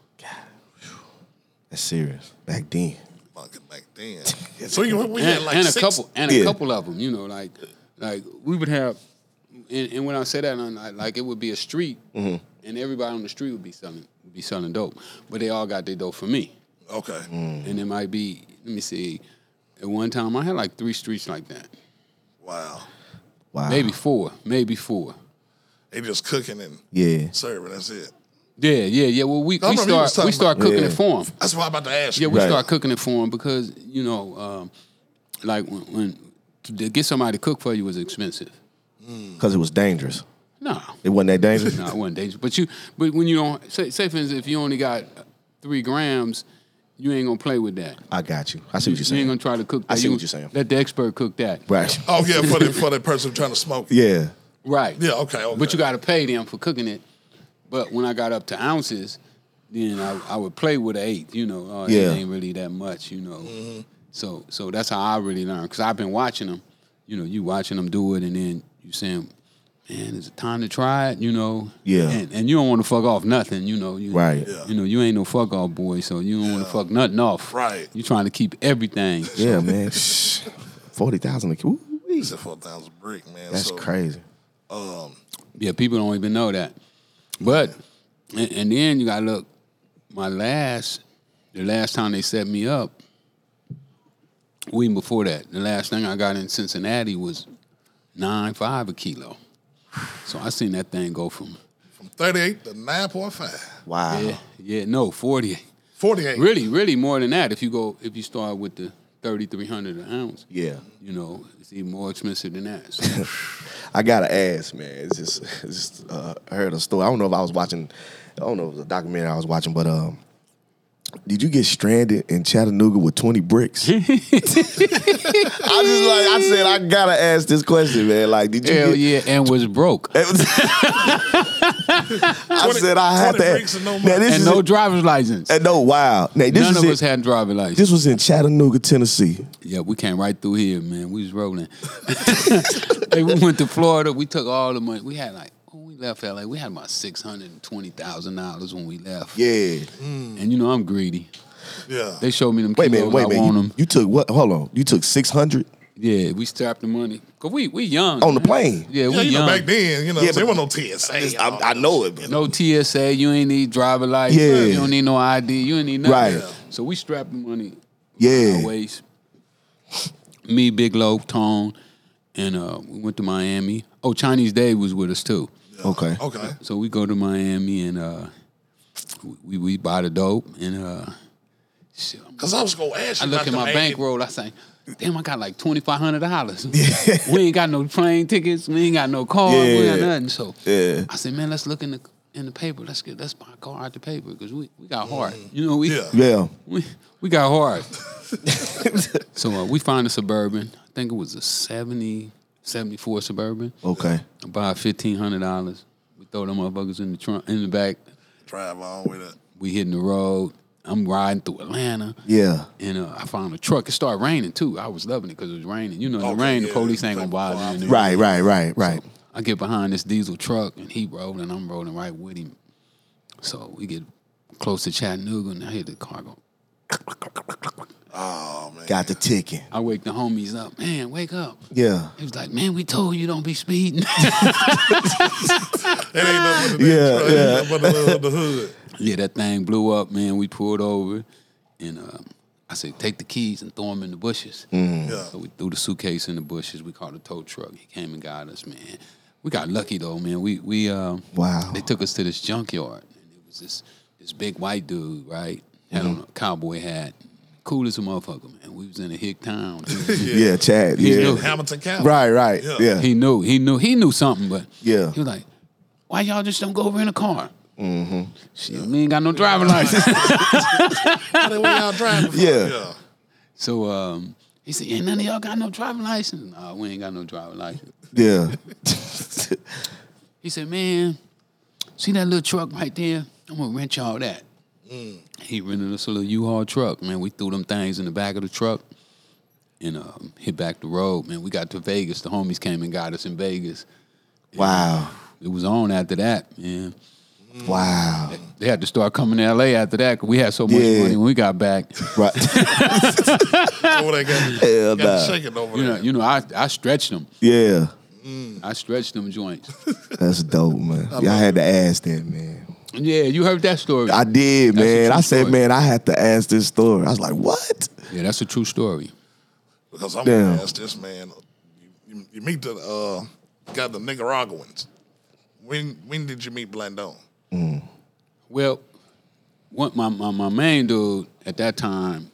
That's serious. Back then. Fucking back then. so you, we had and, like and a six- couple and Yeah. a couple of them. You know, like like we would have, and, and when I say that, I'm like, like it would be a street, Mm-hmm. and everybody on the street would be selling would be selling dope, but they all got their dope from me, Okay. Mm-hmm. and it might be let me see, at one time I had like three streets like that, Wow. Wow. maybe four, maybe four. They just cooking and Yeah. serving. That's it. Yeah, yeah, yeah. Well, we, I we remember you was start talking we start about- cooking Yeah. it for them. That's why I'm about to ask Yeah, you. we Right. start cooking it for them because you know, um, like when, when to get somebody to cook for you was expensive. Because it was dangerous. No, It wasn't that dangerous. no, it wasn't dangerous. But you, but when you don't say, say for instance, if you only got three grams, you ain't gonna play with that. I got you. I see what you're You ain't saying. gonna try to cook. That. I see You what you're saying. Let the expert cook that. Right. Oh yeah, for the for the person trying to smoke. Yeah. Right. Yeah, okay, okay. But you got to pay them for cooking it. But when I got up to ounces, then I, I would play with an eighth. You know, oh, Yeah. yeah. ain't really that much. You know, Mm-hmm. so so that's how I really learned because I've been watching them. You know, you watching them do it, and then you saying, "Man, is it time to try it?" You know, Yeah. And, and you don't want to fuck off nothing. You know, you, Right. Yeah. You know, you ain't no fuck off boy, so you don't want to fuck nothing off. Right. You trying to keep everything. Yeah, man. Forty thousand. It's a four thousand brick, man. That's so, crazy. Yeah, people don't even know that. But and, and then you gotta look. My last, the last time they set me up, or even before that, the last thing I got in Cincinnati was nine five a kilo. So I seen that thing go from From thirty eight to nine point five. Wow. yeah, yeah, no forty. Forty eight. Really, really more than that. If you go, if you start with the thirty three hundred an ounce, Yeah. you know it's even more expensive than that. So, I gotta ask, man. It's just, it's just uh, I heard a story. I don't know if I was watching. I don't know if it was a documentary I was watching, but um, did you get stranded in Chattanooga with twenty bricks? I just like I said I gotta ask this question, man. Like, did you? hell get, yeah, and was broke. I said I had 20 to. bricks Ask. and no now money. this And is no in, driver's license. and no wow. Now this None is of in, us had driver's license. this was in Chattanooga, Tennessee. Yeah, we came right through here, man. We was rolling. hey, we went to Florida. We took all the money. We had like when we left LA, we had about six hundred and twenty thousand dollars when we left. Yeah. and you know I'm greedy. Yeah. They showed me them. Wait a minute. kilos. Wait a I want minute. You, them. you took what? Hold on. You took six hundred Yeah, we strapped the money cause we we young on the man. plane. Yeah, we yeah, you know, young. back then, you know, Yeah, there but- was no TSA. I, I know it. But no TSA. You ain't need driver license. Yeah. You don't need no ID. You ain't need nothing. Right. So we strapped the money. Yeah. Our waist. Me, Big Low, Tone, and uh, we went to Miami. Oh, Chinese Dave was with us too. Okay. Oh. Okay. So we go to Miami and uh, we we buy the dope and uh, shit, Because I was going to ask I you. look about at the my man- bankroll. I say, damn, I got like twenty five hundred dollars. we ain't got no plane tickets. We ain't got no car. We ain't Yeah. got nothing. So Yeah. I said, man, let's look in the in the paper. Let's get let's buy a car out the paper because we, we got heart. You know we Mm-hmm. Yeah. Yeah. we, we got hard. so uh, we find a suburban. I think it was a 70, 74 suburban. Okay. I buy fifteen hundred dollars. We throw them motherfuckers in the trunk in the back. Drive on with it. We hitting the road. I'm riding through Atlanta. Yeah. And uh, I found a truck. It started raining too. I was loving it because it was raining. You know, in Okay, the rain, yeah, the police ain't gonna like, bother you. wow. and everything. Right, right, right, right. I get behind this diesel truck and he rolling, I'm rolling right with him. So we get close to Chattanooga and I hear the car go. Oh man. Got the ticket. I wake the homies up. Man, wake up. Yeah. He was like, man, we told you don't be speeding. It ain't nothing but the Yeah, damn yeah. truck, it ain't nothing but the, the hood. yeah, that thing blew up, man. We pulled over and uh, I said, take the keys and throw them in the bushes. So Mm. Yeah. we threw the suitcase in the bushes. We called a tow truck. He came and got us, man. We got lucky though, man. We we uh, Wow. They took us to this junkyard, and it was this this big white dude, right? Had Mm-hmm. on a cowboy hat, cool as a motherfucker, man. We was in a hick town. Yeah, Chad. He Yeah. knew. Hamilton County. Right, right. Yeah. Yeah. he knew, he knew, he knew something, but Yeah. he was like, "Why y'all just don't go over in a car?" Mm-hmm. Shit, we ain't got no driving license. How the way y'all driving? from? Yeah. yeah. so um, he said, "Ain't none of y'all got no driving license." Nah, we ain't got no driving license. Yeah. He said, "Man, see that little truck right there? I'm gonna rent y'all that." Mm. He rented us a little U-Haul truck. Man, we threw them things in the back of the truck and um, hit back the road. Man, we got to Vegas. The homies came and got us in Vegas. Wow. It was on after that, man. Mm. Wow. They had to start coming to LA after that because we had so much Yeah. money when we got back. Right. Over there got, Hell got nah. shaking over You know, there. you know, I, I stretched them. Yeah. I stretched them joints. That's dope, man. Y'all had to ask that, man. yeah, you heard that story. I did, That's a man. true I said, story. man, I had to ask this story. I was like, what? yeah, that's a true story. Because I'm Damn. gonna ask this man. You, you, you meet the uh, got the Nicaraguans. When when did you meet Blandone? Well, one, my, my, my main dude at that time,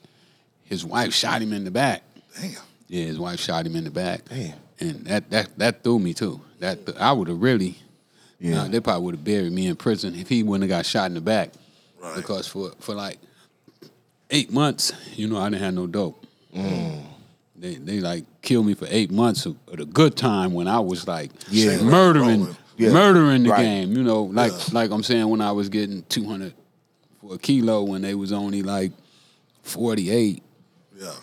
his wife shot him in the back. Damn. Yeah, his wife shot him in the back. Damn. And that that that threw me too. That th- I would have really, Yeah. nah, they probably would have buried me in prison if he wouldn't have got shot in the back. Right. Because for for like eight months, you know, I didn't have no dope. Mm. They they like killed me for eight months of, of the good time when I was like Yeah. Rolling. murdering Yeah. murdering the Right. game. You know, like Yeah. like I'm saying when I was getting two hundred for a kilo when they was only like forty eight Yeah.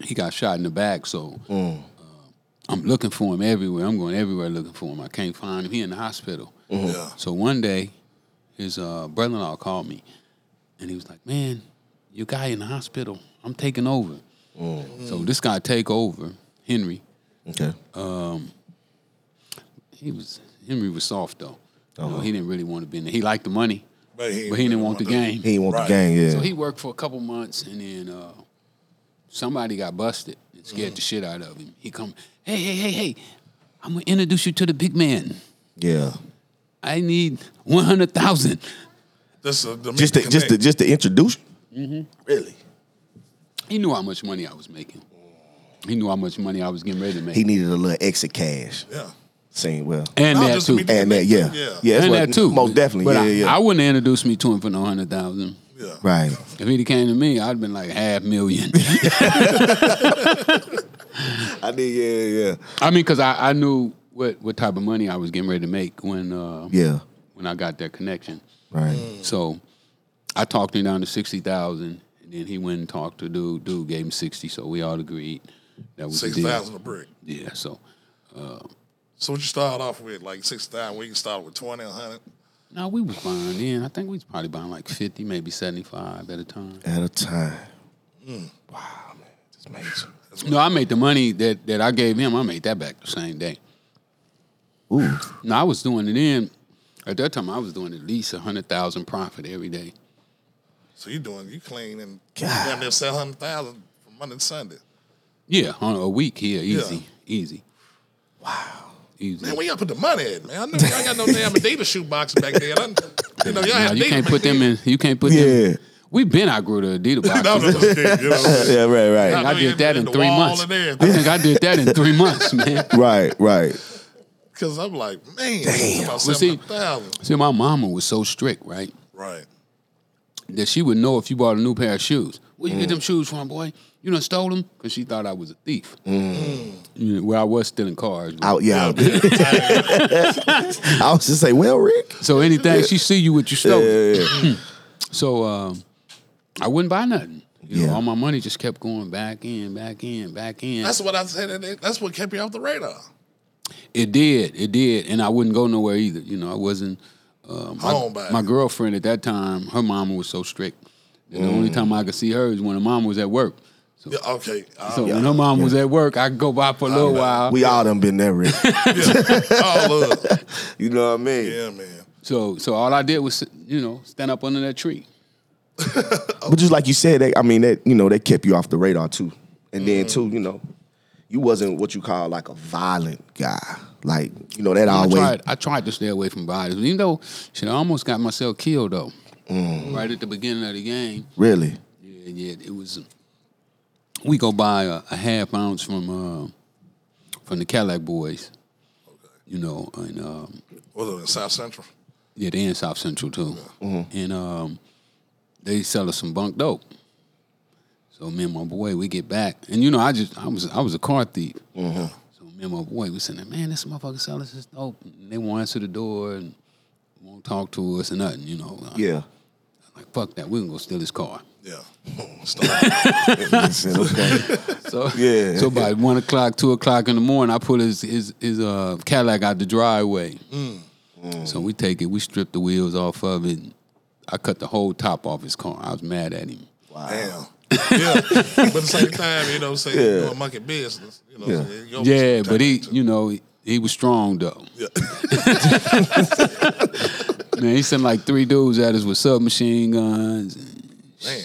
he got shot in the back. So uh, I'm looking for him everywhere. I'm going everywhere looking for him. I can't find him. He in the hospital. Oh. Yeah. So one day, his uh, brother-in-law called me, and he was like, "Man, your guy in the hospital. I'm taking over." So this guy take over. Henry, Okay. Uh, he was Henry was soft though. You know, he didn't really want to be in there. He liked the money, But he, but he didn't want the game. He ain't want Right. the gang, yeah. So he worked for a couple months, and then uh, somebody got busted and scared the shit out of him. He come, hey, hey, hey, hey, I'm gonna introduce you to the big man. yeah. I need one hundred thousand. Just to, to Just make to, uh, the just to, connect. just to introduce. Really? He knew how much money I was making. He knew how much money I was getting ready to make. He needed a little exit cash. Yeah. Same well. and No, that just too. me- And, And that, yeah. Yeah. that's what- that too. Most definitely. But yeah, I, yeah. I wouldn't have introduced me to him for no hundred thousand. Yeah. right. If he'd have came to me, I'd been like half million. I did, yeah, yeah. I mean, because I, I knew what, what type of money I was getting ready to make when uh, Yeah. Mm. when I got that connection. Right. So I talked him down to sixty thousand, and then he went and talked to dude. Dude gave him sixty, so we all agreed that was Six the deal. thousand a brick. Yeah. So So what you start off with, like six thousand, we can start with twenty, hundred. no, we was buying in. I think we was probably buying like fifty, maybe seventy five at a time. At a time. Wow, man. Just amazing. No, I made the money that that I gave him. I made that back the same day. Ooh. No, I was doing it in. At that time, I was doing at least a hundred thousand profit every day. So you doing you clean and God. damn near sell hundred thousand from Monday to Sunday. Yeah, on a week here, easy, Yeah. easy. Wow, easy. Man, where y'all put the money at, man? I know y'all got no damn Adidas shoe box back there. I done- you know, y'all Nah, had you Adidas can't back put them then. in. You can't put Yeah. them. We've been outgrew the Adidas boxes. No, no, no, you know. Yeah, right, right. Nah, I know did you that in did the three wall months. and everything. I think I did that in three months, man. right, right. Because I'm like, man, Damn. it's about Well, see- 700,000. See, my mama was so strict, right? Right. that she would know if you bought a new pair of shoes. Where you get them shoes from, boy? You done stole them? Because she thought I was a thief. You know, well, I was stealing cars. but- Out, yeah. Yeah, man. I was just say, well, Rick. So anything she see you with, you stole. it. so um, I wouldn't buy nothing. You Yeah. know, all my money just kept going back in, back in, back in. That's what I said. and it- That's what kept me off the radar. it did, it did, and I wouldn't go nowhere either. You know, I wasn't. Uh, my, Homebody. my girlfriend at that time, her mama was so strict. that The only time I could see her is when her mom was at work. So, Oh, Yeah, okay. I- so when her mom was at work, I could go by for a little while. We all done been there, Rick. all up. you know what I mean? Yeah, man. So so all I did was you know stand up under that tree. But just like you said, they, I mean, that you know, that kept you off the radar too. And then too, you know, you wasn't what you call like a violent guy. Like you know, that I always tried I tried to stay away from violence. Even though shit, I almost got myself killed though. Right at the beginning of the game, really. yeah, and yet it was. We go buy a, a half ounce from uh, from the Cadillac Boys, you know, and um, What was it, in South Central? yeah, they in South Central too, and um, they sell us some bunk dope. So me and my boy, we get back, and you know, I just I was I was a car thief. So me and my boy, we sitting there, man, this motherfucker selling this dope. And they won't answer the door and won't talk to us or nothing, you know. I'm Yeah. Like, fuck that, we can go steal his car. Yeah. Stop. Listen, okay. So Yeah. So by one o'clock, two o'clock in the morning, I pull his his his uh Cadillac out the driveway. Mm. So we take it, we strip the wheels off of it. I cut the whole top off his car. I was mad at him. Damn. Yeah. But at the same time, you know what I'm saying? You're doing monkey business. You know what I'm saying? You always Yeah, but he, take it you know, he, he was strong though. to- Man, he sent like three dudes at us with submachine guns. Yeah. Man.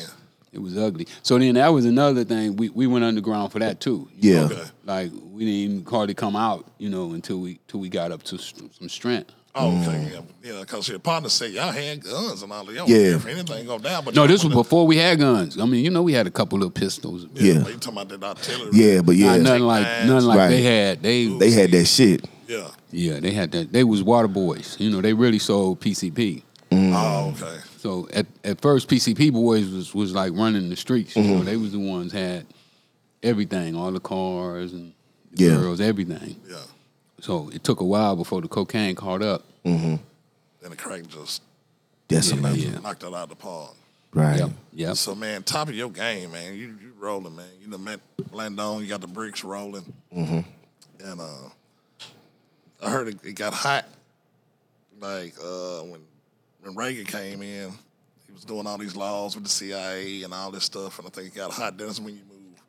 It was ugly. So then that was another thing. We we went underground for that too. you Yeah. know? Okay. Like we didn't even hardly come out, you know, until we till we got up to st- some strength. Oh, okay. Yeah, yeah, because your partner said y'all had guns and all that. Y'all Yeah. yeah. If anything go down, but No, y'all this was wanna- before we had guns. I mean, you know, we had a couple little pistols. Yeah. Yeah. but You talking about that artillery? Yeah, but yeah. Not nothing like nothing like Right. they had. They they had that shit. Yeah. yeah, they had that. They was water boys. You know, they really sold PCP. Oh, okay. So at, at first, PCP boys was, was like running the streets. You Mm-hmm. know, they was the ones had everything, all the cars and Yeah. girls, everything. Yeah. So it took a while before the cocaine caught up. Then the crack just Decimated. Yeah. knocked it out of the park. Right. Yep, yep. So man, top of your game, man. You you rolling, man. You done met Landon. You got the bricks rolling. Mm-hmm. And uh, I heard it, it got hot. Like uh, when when Reagan came in, he was doing all these laws with the CIA and all this stuff. And I think it got hot. That's when you moved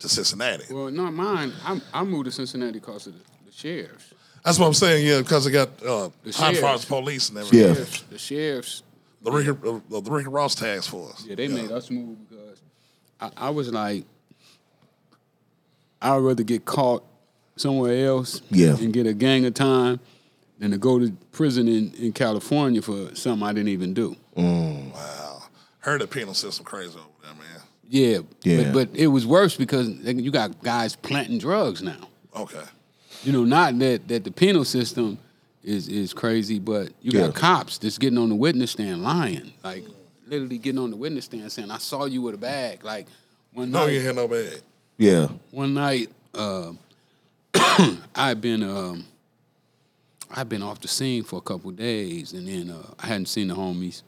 to Cincinnati. Well, not mine. I, I moved to Cincinnati because of the, the sheriffs. That's what I'm saying. Yeah, because it got uh, The hot sheriff. for the police and everything. Yeah. Sheriffs- The sheriffs, The Rick, uh, the Rick Ross task force. yeah, they made us move because I, I was like, I'd rather get caught somewhere else Yeah. and get a gang of time than to go to prison in, in California for something I didn't even do. Wow. Heard the penal system crazy over there, man. Yeah, Yeah. But, but it was worse because you got guys planting drugs now. Okay. You know, not that that the penal system is is crazy, but you Yeah. got cops that's getting on the witness stand lying, like literally getting on the witness stand saying, "I saw you with a bag." Like one No, Oh, night, you ain't had no bad. Yeah. one night, uh, I've been um, I've been off the scene for a couple days, and then uh, I hadn't seen the homies,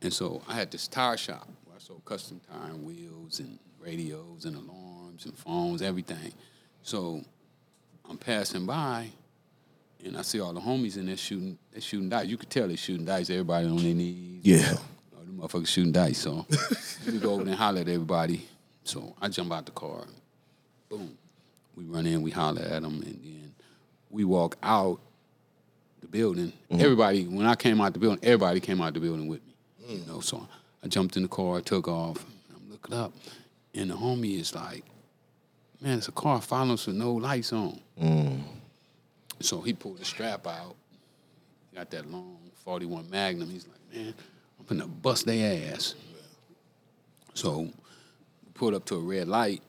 and so I had this tire shop where I sold custom tire and wheels and radios and alarms and phones, everything. So I'm passing by, and I see all the homies in there shooting. They shooting dice. You could tell they shooting dice. Everybody on their knees. Yeah. Oh, the motherfuckers shooting dice, so we go over there and holler at everybody. So I jump out the car, boom. We run in, we holler at them, and then we walk out the building. Everybody, when I came out the building, everybody came out the building with me. You know, so I jumped in the car, took off. I'm looking up, and the homie is like, "Man, it's a car following us with no lights on." So he pulled the strap out, got that long 41 Magnum. He's like, man, I'm finna bust their ass. So we pulled up to a red light,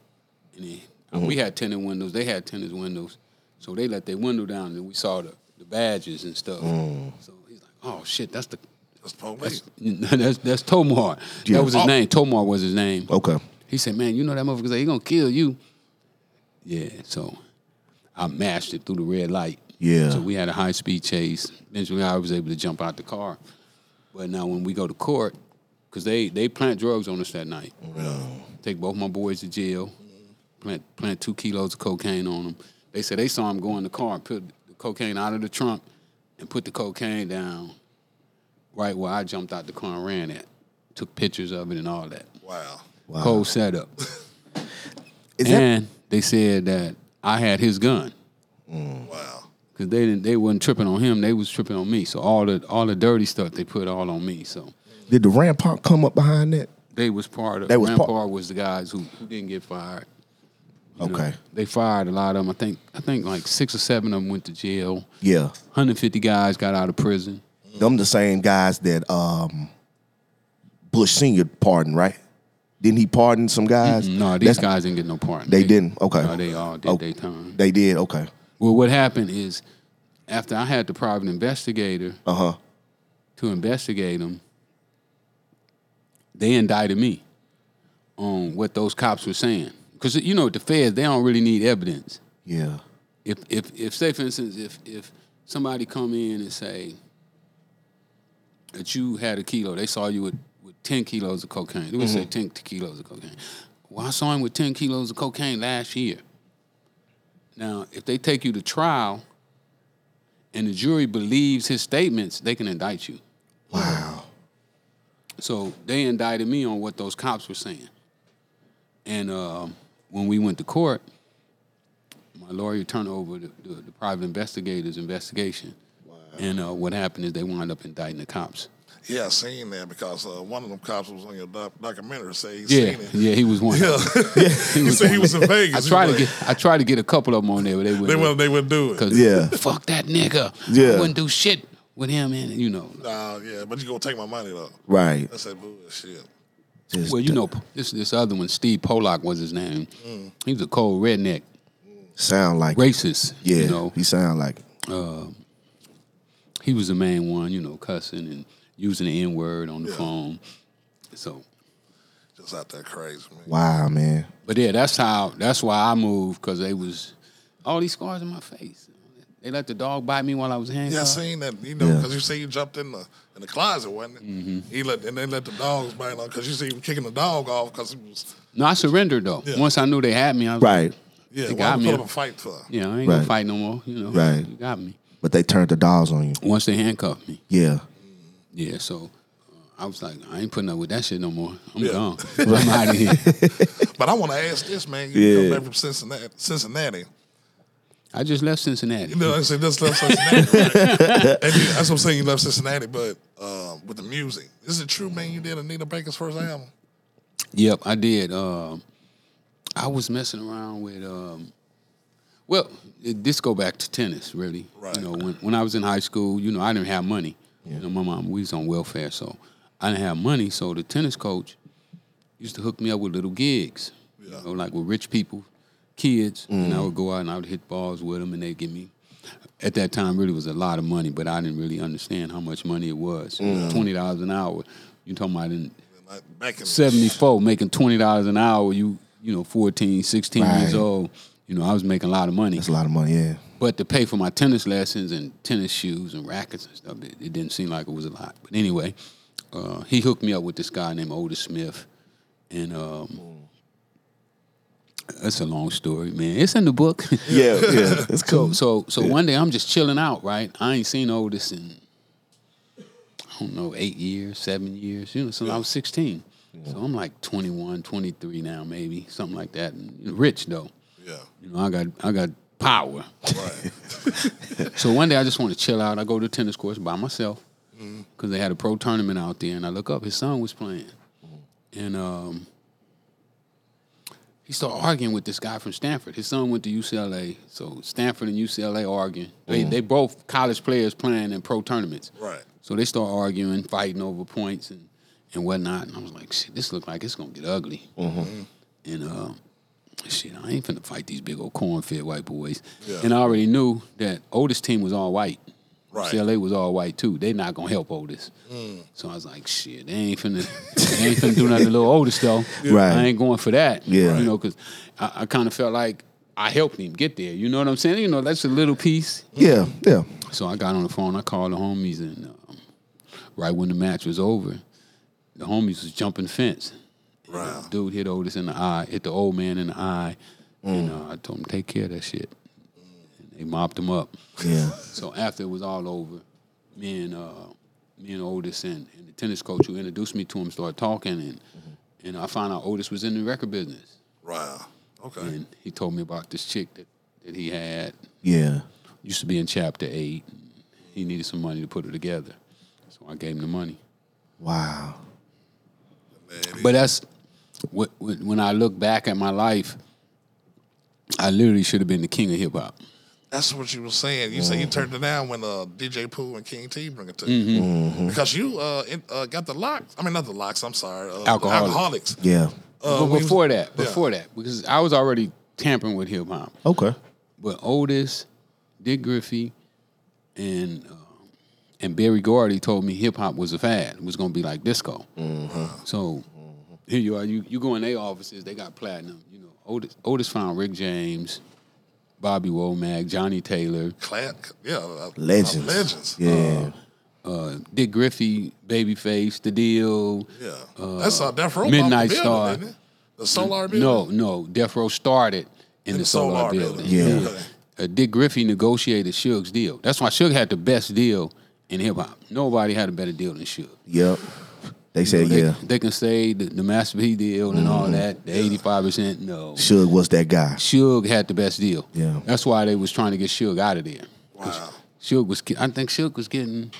uh, and then, we had tinted windows. They had tinted windows. So they let their window down, and we saw the the badges and stuff. So he's like, oh shit, that's the That's police. that's that's Tomar. Yeah. That was his Oh. name. Tomar was his name. Okay. He said, "Man, you know that motherfucker said he gonna kill you." Yeah, so I mashed it through the red light. Yeah. So we had a high speed chase. Eventually, I was able to jump out the car. But now when we go to court, because they they plant drugs on us that night. Mm-hmm. Take both my boys to jail. Plant plant two kilos of cocaine on them. They said they saw him go in the car and put the cocaine out of the trunk and put the cocaine down right where I jumped out the car and ran at. Took pictures of it and all that. Wow. Wow. Cold setup. Is that and they said that I had his gun Hmm. Wow. because they didn't. They wasn't tripping on him. They was tripping on me. So all the all the dirty stuff they put all on me. So did the rampart come up behind that? they was part of. They was part- Rampart was the guys who, who didn't get fired. you know. Okay. They fired a lot of them. I think I think like six or seven of them went to jail. Yeah. 150 guys got out of prison. Them the same guys that um Bush Senior pardoned, right? Didn't he pardon some guys? No, these That's- guys didn't get no pardon. They didn't. Okay. No, they all did Oh. their time. They did. Okay. Well, what happened is after I had the private investigator Uh huh. to investigate him, they indicted me on what those cops were saying. Because you know, the feds they don't really need evidence. Yeah. If if if say for instance, if if somebody come in and say that you had a kilo, they saw you with, with ten kilos of cocaine. They would say ten kilos of cocaine. Well, I saw him with ten kilos of cocaine last year. Now, if they take you to trial and the jury believes his statements, they can indict you. Wow. So they indicted me on what those cops were saying. And uh, when we went to court, my lawyer turned over the, the, the private investigator's investigation. And uh, what happened is they wound up indicting the cops. Yeah, I seen that because uh, one of them cops was on your doc- documentary. Say he Yeah, seen it. yeah, he was one. Yeah. of them. he, said he was in I Vegas. tried He to was get like, I tried to get a couple of them on there, but they wouldn't. They wouldn't. They wouldn't do it. 'Cause, Yeah. fuck that nigga. Yeah. I wouldn't do shit with him, and you know. Nah, yeah, but you gonna take my money though. Right. That's that bullshit. Just Well, you know, this this other one, Steve Pollock was his name. Mm. He was a cold redneck, sound like racist. yeah. you know, He sound like he was the main one, you know, cussing and using the N word on the Yeah. phone. So, Just out there crazy, man. wow, man. but yeah, that's how. That's why I moved because they was all these scars in my face. They let the dog bite me while I was Yeah, I handcuffed. seen that. You know, Yeah. because you see, you jumped in the in the closet, wasn't it? Mm-hmm. He let and they let the dogs bite on because you see him kicking the dog off because he was. no, I surrendered though. Yeah. Once I knew they had me, I was like, Right. Yeah, They why got we me. put up a fight for? you know, I ain't Right. gonna fight no more. You know, Right. you got me. But they turned the dolls on you. Once they handcuffed me, Yeah. yeah. So uh, I was like, I ain't putting up with that shit no more. I'm Yeah. gone. I'm out of here. But I want to ask this, man. You Yeah. come back from Cincinnati. Cincinnati. I just left Cincinnati. You know, I said that's left Cincinnati. right? and you, that's what I'm saying. You left Cincinnati, but uh, with the music, is it true, man? You did Anita Baker's first album. Yep, I did. Um, I was messing around with. Um, well, it, this go back to tennis, really. Right. You know, when, when I was in high school, you know, I didn't have money. You know, my mom, we was on welfare, so I didn't have money. So the tennis coach used to hook me up with little gigs, Yeah. Mm. you know, like with rich people, kids, and I would go out and I would hit balls with them, and they'd give me. At that time, really was a lot of money, but I didn't really understand how much money it was. Mm. Twenty dollars an hour. You talking about in And I- Back in 74 making $20 an hour you you know 14 16 years Right. old you know i was making a lot of money That's a lot of money, yeah. but to pay for my tennis lessons and tennis shoes and rackets and stuff it, it didn't seem like it was a lot but anyway uh, he hooked me up with this guy named otis smith and Mm. um, that's a long story man it's in the book Yeah, yeah. It's cool. so so one day I'm just chilling out, right? I ain't seen Otis in I don't know, eight years, seven years, you know, since I was 16. So I'm like 21, 23 now, maybe, something like that. And, you know, rich though. Yeah. You know, I got I got power. Right. so one day I just want to chill out. I go to the tennis courts by myself Mm-hmm. because they had a pro tournament out there, and I look up, his son was playing, Mm-hmm. and um, he started arguing with this guy from Stanford. His son went to UCLA, so Stanford and UCLA arguing. They they both college players playing in pro tournaments. Mm-hmm. Right. So they start arguing, fighting over points Mm-hmm. and, and whatnot. And I was like, shit, this look like it's gonna get ugly. And uh, shit, I ain't finna fight these big old cornfed white boys. Yeah. And I already knew that Otis team was all white. Right. Mm. CLA was all white too. They not gonna help Otis. So I was like, shit, they ain't finna, they ain't finna do nothing to little Otis though. Right. I ain't going for that. Yeah. You know, cause I, I kind of felt like I helped him get there. You know what I'm saying? You know, that's a little piece. Yeah, yeah. So I got on the phone. I called the homies, and um, right when the match was over, the homies was jumping fence. Right. Dude hit Otis in the eye, hit the old man in the eye, and uh, I told him take care of that shit. And they mopped him up. Yeah. So after it was all over, me and uh, me and Otis and, and the tennis coach who introduced me to him started talking, and and I found out Otis was in the record business, Right. Okay. and he told me about this chick that, that he had Yeah. used to be in chapter eight. He needed some money to put it together, so I gave him the money. Wow. Man, But that's what, what- when I look back at my life, I literally should have been the king of hip hop. That's what you were saying. You Mm-hmm. say you turned it down when uh, DJ Pooh and King T bring it to you Mm-hmm. Mm-hmm. because you uh, in, uh, got the locks. I mean, not the locks. I'm sorry. Uh, the Alcoholics. alcoholics. Yeah. Uh, when but you was- before that, Yeah. before that, because I was already tampering with hip hop. Okay. But Otis, Dick Griffey, and um and Barry Gordy told me hip hop was a fad. It was gonna be like disco. So here you are. You you go in their offices. They got platinum. You know, Otis Otis found Rick James, Bobby Womack, Johnny Taylor, Cla- yeah, uh, Legends. uh, legends. Yeah. uh, Dick Griffey, Babyface, The Deal. yeah. That's uh, Death Row. Midnight bought the building, Star. didn't it? The Solar Building. No, no, Death Row started in, the, the Solar, Solar Building. Building. Yeah. Uh, Dick Griffey negotiated Suge's deal. That's why Suge had the best deal in hip hop. Nobody had a better deal than Suge. Yep. They said They, yeah. Mm. they can say the, the Master P deal and all that, the 85%. No. Suge was that guy. Suge had the best deal. Yeah. That's why they was trying to get Suge out of there. Wow. Suge was, I think Suge was getting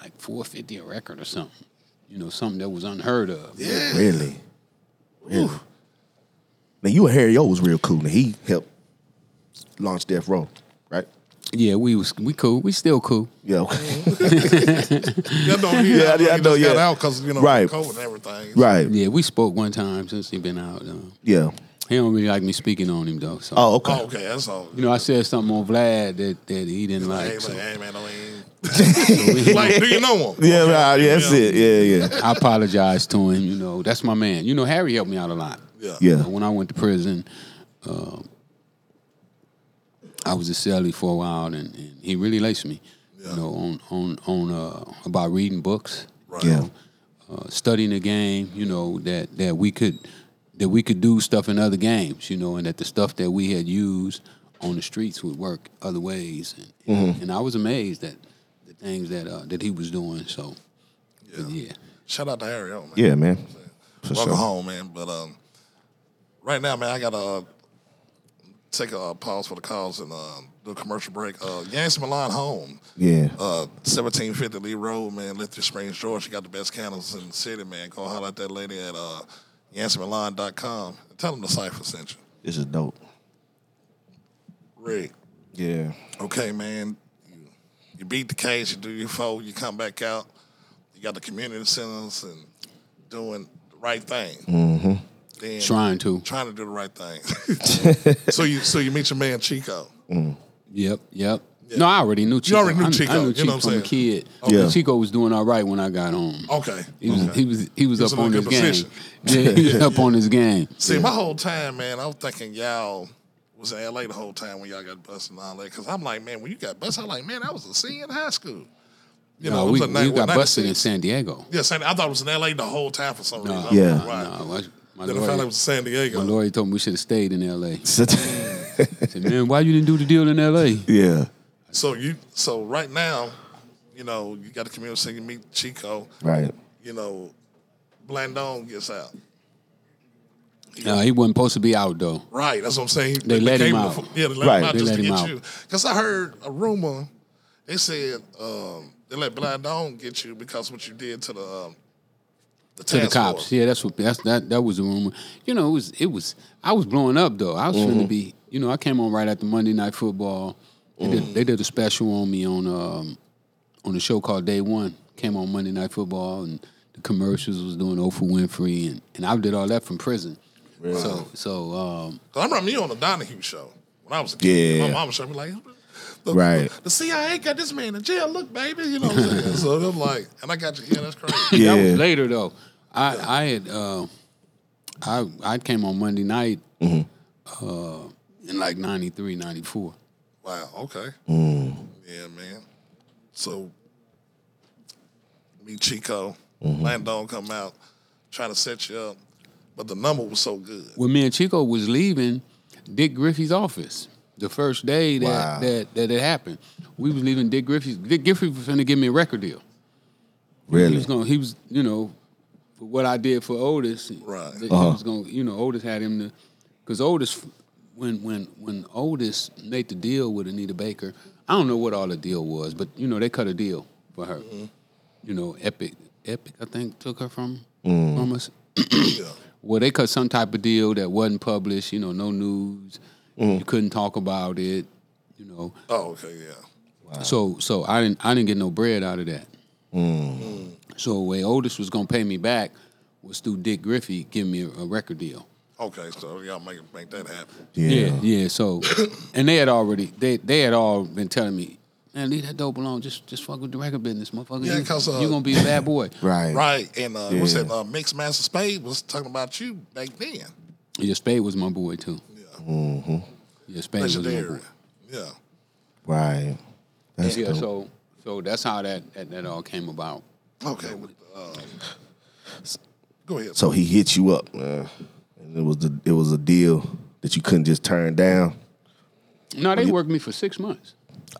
like 450 a record or something. You know, something that was unheard of. Yeah. Really. Really. Now you and Harry O was real cool. Now he helped launch Death Row, right? Yeah, we was we cool. We still cool. Yeah. Okay. Yeah, I know. Yeah, I- I know, Just got yeah. out because you know Right. COVID and everything. right. Yeah, we spoke one time since he been out. Uh, Yeah. he don't really like me speaking on him though. So Oh, okay. Oh, okay. That's all. you know, I said something on Vlad that, that he didn't Hey, like. like, so hey, man, I mean, like, do you know him? Yeah, right. Yeah, that's it. Yeah, yeah. I apologized to him. You know, that's my man. You know, Harry helped me out a lot. Yeah. Yeah. When I went to prison, uh, I was a cellie for a while, and, and he really laced me. Yeah. You know, on on on uh, about reading books. Right. Yeah. uh, studying the game, you know, that, that we could that we could do stuff in other games, you know, and that the stuff that we had used on the streets would work other ways. And, and I was amazed at the things that uh, that he was doing. So, but yeah. Shout out to Harry. O, man. Yeah, man. For Welcome sure. home, man. But um, right now, man, I gotta uh, take a uh, pause for the calls and uh, do a commercial break. Uh, Yancy Milan home. Yeah. Uh, 1750 Lee Road, man, Lithia Springs, Georgia. She got the best candles in the city, man. Go holler at that lady at uh, yancymilan.com. Tell them the cipher sent you. This is dope. Rick. Yeah. okay, man, you, you beat the case, you do your foe, you come back out, you got the community centers and doing the right thing. Mm-hmm. Then Trying to. trying to do the right thing. so you so you meet your man Chico. Yep, yep. No, I already knew Chico. already knew I, Chico, I knew you know Chico what I'm from a saying? kid. Okay. Yeah. Chico was doing all right when I got home. Okay. He was, he was he was was up in a on good his game. position. Yeah, he was up on his game. See, my whole time, man, I was thinking y'all was in LA the whole time when y'all got busted and all that. Cause I'm like, man, when you got busted, I'm like, man, I was a senior in high school. You No, it was we, we a nine- what, got busted in 96? San Diego. Yeah, San- I thought it was in LA the whole time for some reason. I'm Yeah. like, why? No, I- my Then I lawyer- found out it was San Diego. My lawyer told me we should have stayed in L.A. yeah. I said, "Man, why you didn't do the deal in L.A.?" So you so right now, you know, you got the community center, you meet Chico, Right. you know, Blandone gets out. No, he wasn't supposed to be out though. Right, that's what I'm saying. They let him came out. before- yeah, they let Right, him out they just let to him get out. you. Because I heard a rumor, they said um, they let Blandone get you because what you did to the um, the To the task cops, force. yeah, that's what that's that that was the rumor. You know, it was it was I was blowing up though. I was trying to be, you know, I came on right after Monday Night Football. They, did, they did a special on me on um on a show called Day One. Came on Monday Night Football and the commercials was doing Oprah Winfrey and and I did all that from prison. Really? So so um, 'Cause I remember me on the Donahue show when I was a kid. Yeah. My mama showed me like, the, Right. The CIA got this man in jail. Look, baby, you know. what I'm saying? so I'm like, and I got you. Yeah, that's crazy. Yeah. that was later though. I I had uh, I I came on Monday night Mm-hmm. uh, in like 93, 94. Wow. Okay. Mm. Yeah, man. So me, Chico, Mm-hmm. Landon come out trying to set you up, but the number was so good. when me and Chico was leaving Dick Griffey's office the first day that Wow. that, that it happened. We was leaving Dick Griffey's. Dick Griffey was going to give me a record deal. He Really? was going. to He was you know for what I did for Otis. Right. He Uh-huh. was going. to You know Otis had him to because Otis when when when Otis made the deal with Anita Baker. I don't know what all the deal was, but you know they cut a deal for her. You know Epic Epic I think took her from from us. yeah. Well, they cut some type of deal that wasn't published. You know, no news. You couldn't talk about it. You know, Oh, okay. Yeah. Uh, so so I didn't I didn't get no bread out of that. Mm. So the way Otis was gonna pay me back was through Dick Griffey giving me a, a record deal. Okay. So y'all make make that happen. Yeah, yeah. So, and they had already they they had all been telling me, man, leave that dope alone. Just just fuck with the record business, motherfucker. Yeah, you, 'cause, uh, you gonna be a bad boy. Right. Right. And uh, what's Yeah. that? Uh, Mixed Master Spade was talking about you back then. Yeah, Spade was my boy too. Yeah. Mm-hmm. Yeah, Spade was my boy. Legendary. Yeah. Right. That's Yeah, dope. so so that's how that, that that all came about. Okay. but, uh, go ahead. So he hit you up, man. And it was the it was a deal that you couldn't just turn down. No, they worked me for six months.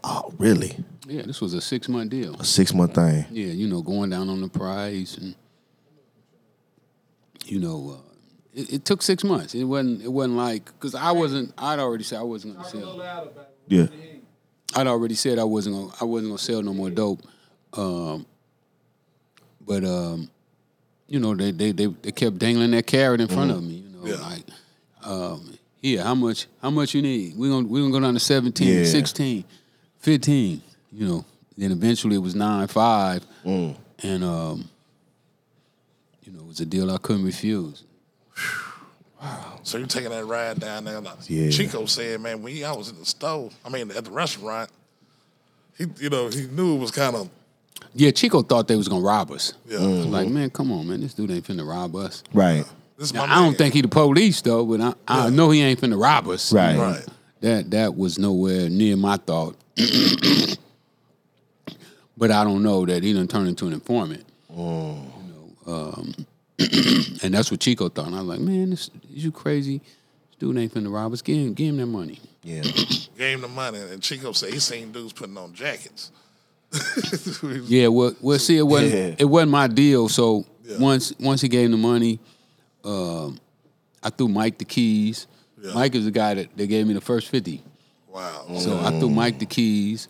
Oh, really? Yeah, this was a six month deal. A six month thing. Yeah, you know, going down on the price and you know, uh, it, it took six months. It wasn't it wasn't like because I wasn't. I'd already said I wasn't gonna sell. Yeah. I'd already said I wasn't gonna I wasn't gonna sell no more dope. Um, but um, you know, they, they they they kept dangling that carrot in front of me. You know, Yeah. like um, here, how much how much you need? We gonna we gonna go down to 17, Yeah. 16, 15, You know, then eventually it was nine five, and um, you know, it was a deal I couldn't refuse. So you're taking that ride down there. Like Yeah. Chico said, man, when I was in the store, I mean, at the restaurant, he, you know, he knew it was kind of, Yeah, Chico thought they was gonna rob us. yeah. Mm. Like, man, come on, man, this dude ain't finna rob us. Right. This is Now, my I man. don't think he the police though, but I, I know he ain't finna rob us. Right. Right. That that was nowhere near my thought. but I don't know that he done turned into an informant. You know, um, and that's what Chico thought. And I was like, man, this, you crazy? This dude ain't finna rob us. Give him, give him that money. Yeah. Gave him the money. And Chico said he seen dudes putting on jackets. Yeah, well, well, see, it wasn't Yeah. it wasn't my deal. So Yeah. once once he gave him the money, um, I threw Mike the keys. Yeah. Mike is the guy that, that gave me the first fifty. Wow. Mm. So I threw Mike the keys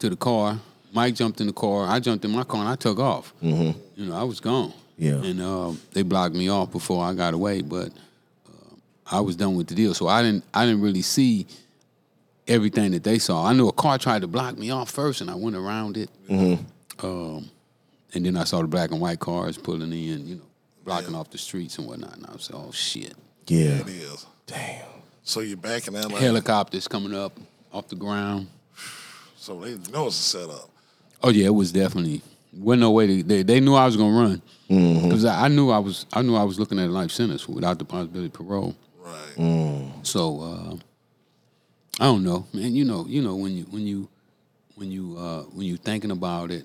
to the car. Mike jumped in the car. I jumped in my car and I took off. Mm-hmm. You know, I was gone. Yeah. And uh, they blocked me off before I got away, but uh, I was done with the deal. So I didn't I didn't really see everything that they saw. I knew a car tried to block me off first, and I went around it. Um, and then I saw the black and white cars pulling in, you know, blocking off the streets and whatnot. And I was like, oh shit! Yeah. It is. Damn. So you're back in LA. Helicopters coming up off the ground. So they know it's a setup. Oh yeah, it was definitely. Wasn't no way to, they they knew I was gonna run because I, I knew I was I knew I was looking at a life sentence without the possibility of parole. Right. Mm. So uh, I don't know, man. You know, you know when you when you when you uh, when you thinking about it,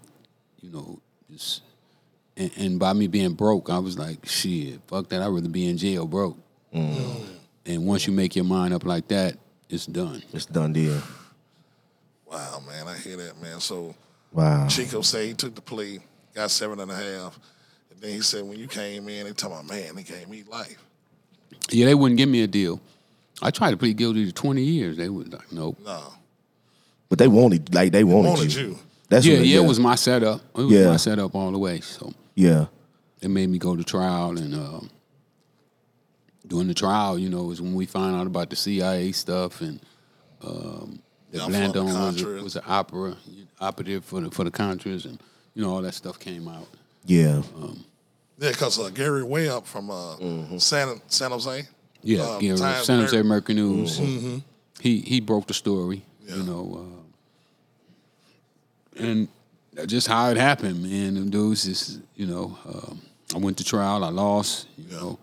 you know, just and, and by me being broke, I was like, shit, fuck that. I'd rather be in jail broke. And once you make your mind up like that, it's done. It's done deal. Wow, man. I hear that, man. So Wow. Chico said he took the plea, got seven and a half. And then he said when you came in, they talking about, man, they gave me life. Yeah, they wouldn't give me a deal. I tried to plead guilty to twenty years. They was like, nope. No. But they wanted like they wanted, Wanted you. you. That's yeah, what yeah, it was my setup. It was Yeah. my setup all the way. So yeah. it made me go to trial, and um, during the trial, you know, is when we find out about the CIA stuff and Yeah, that I'm from the Landon was, a- Contras. was an opera operative for the for the Contras, and you know all that stuff came out. Yeah. Yeah, because uh, Gary Webb from uh, San, San Jose, Mm-hmm. Yeah, um, yeah. Times San Jose Mer- Mercury News. He he broke the story. You know, uh, and just how it happened, man. Them dudes just you know, um, I went to trial. I lost. You know,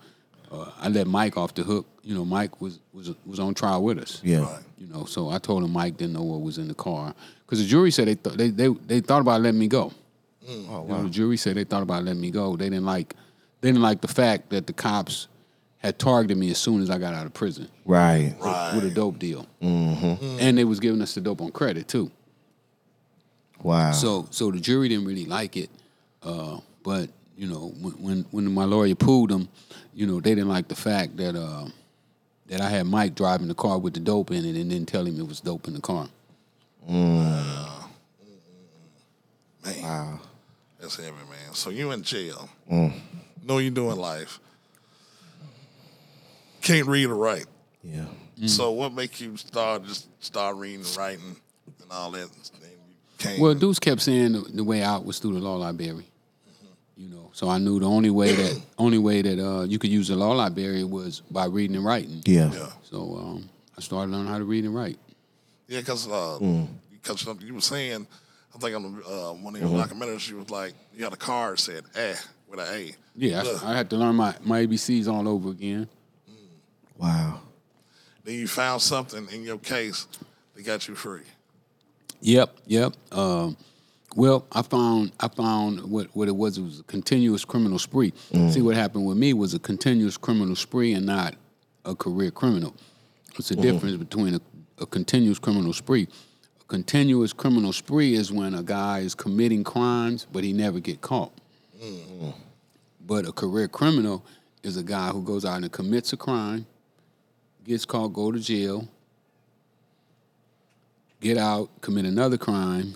uh, I let Mike off the hook. You know, Mike was was was on trial with us. Yeah. Right. You know, so I told him Mike didn't know what was in the car because the jury said they th- they, they they thought about letting me go. Oh You know, wow. the jury said they thought about letting me go. They didn't like they didn't like the fact that the cops had targeted me as soon as I got out of prison Right. Right. with a dope deal, mm-hmm. and they was giving us the dope on credit too. Wow. So so the jury didn't really like it, uh, but you know when, when when my lawyer pulled them, you know they didn't like the fact that uh, that I had Mike driving the car with the dope in it and then tell him it was dope in the car. Man. That's heavy, man. So you in jail. Mm. Know you doing life. Can't read or write. yeah. Mm. So what make you start just start reading and writing and all that? And you can't. Well, dudes kept saying the, the way out was through the law library. You know, so I knew the only way that only way that uh, you could use the law library was by reading and writing. Yeah. yeah, So um, I started learning how to read and write. yeah, because uh, Mm. because something you were saying, I think on the, uh, one of Mm-hmm. your documentaries, you was like you had a card said "eh" with an A. Yeah, Look, I, I had to learn my, my ABCs all over again. Wow. then you found something in your case that got you free. Yep, yep. Um, well, I found I found what, what it was. It was a continuous criminal spree. See, what happened with me was a continuous criminal spree and not a career criminal. It's the difference between a, a continuous criminal spree. A continuous criminal spree is when a guy is committing crimes but he never get caught. But a career criminal is a guy who goes out and commits a crime, gets caught, go to jail, get out, commit another crime,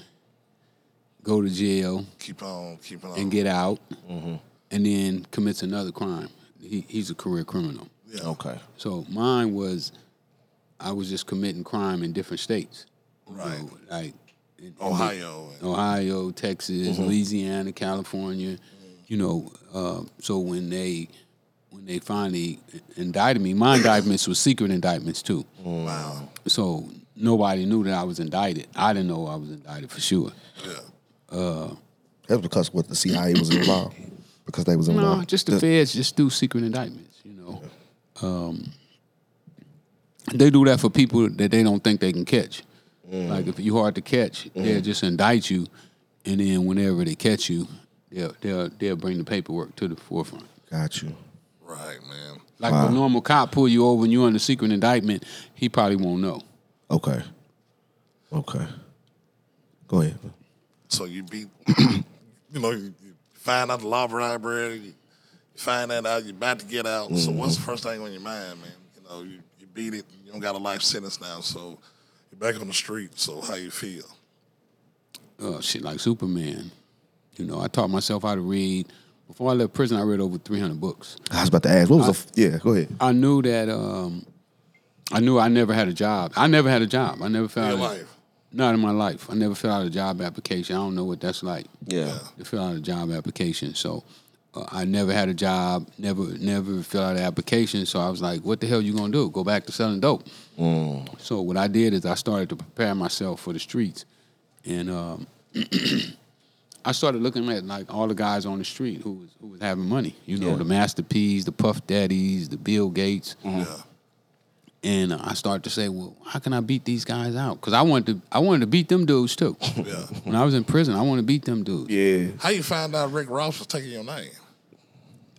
go to jail, Keep on, keep on. and get out, and then commits another crime. He, he's a career criminal. yeah. Okay. So mine was, I was just committing crime in different states. You Right. know, like in- in Ohio. and- Ohio, Texas, Louisiana, California. You know, uh, so when they when they finally indicted me, my indictments were secret indictments too. Wow. So nobody knew that I was indicted. I didn't know I was indicted for sure. Yeah. That's because what the CIA was involved. Because they was involved. No, just the feds just do secret indictments. You know, um, they do that for people that they don't think they can catch. Like if you hard to catch, they'll just indict you, and then whenever they catch you, they'll they'll they'll bring the paperwork to the forefront. Got you. Right, man. Like if a normal cop pull you over and you're under secret indictment, he probably won't know. Okay. Okay. Go ahead. So you be, you know, you you find out the law library, you find that out, you're about to get out. So Mm-hmm. what's the first thing on your mind, man? You know, you, you beat it, you don't got a life sentence now, so you're back on the street. So how you feel? uh, shit like Superman. You know, I taught myself how to read. Before I left prison, I read over 300 books. I was about to ask. What was the? F- yeah. Go ahead. I knew that um, I knew I never had a job. I never had a job. I never Your found out. life. Not in my life. I never filled out a job application. I don't know what that's like Yeah. to fill out a job application. So uh, I never had a job, never never filled out an application. So I was like, what the hell you gonna do? Go back to selling dope. So what I did is I started to prepare myself for the streets, and um, I started looking at like all the guys on the street who was who was having money. You know, Yeah. the Master P's, the Puff Daddies, the Bill Gates Yeah. and uh, I started to say, well, how can I beat these guys out? Because I wanted to, I wanted to beat them dudes too. Yeah. when I was in prison, I wanted to beat them dudes. Yeah. How you find out Rick Ross was taking your name?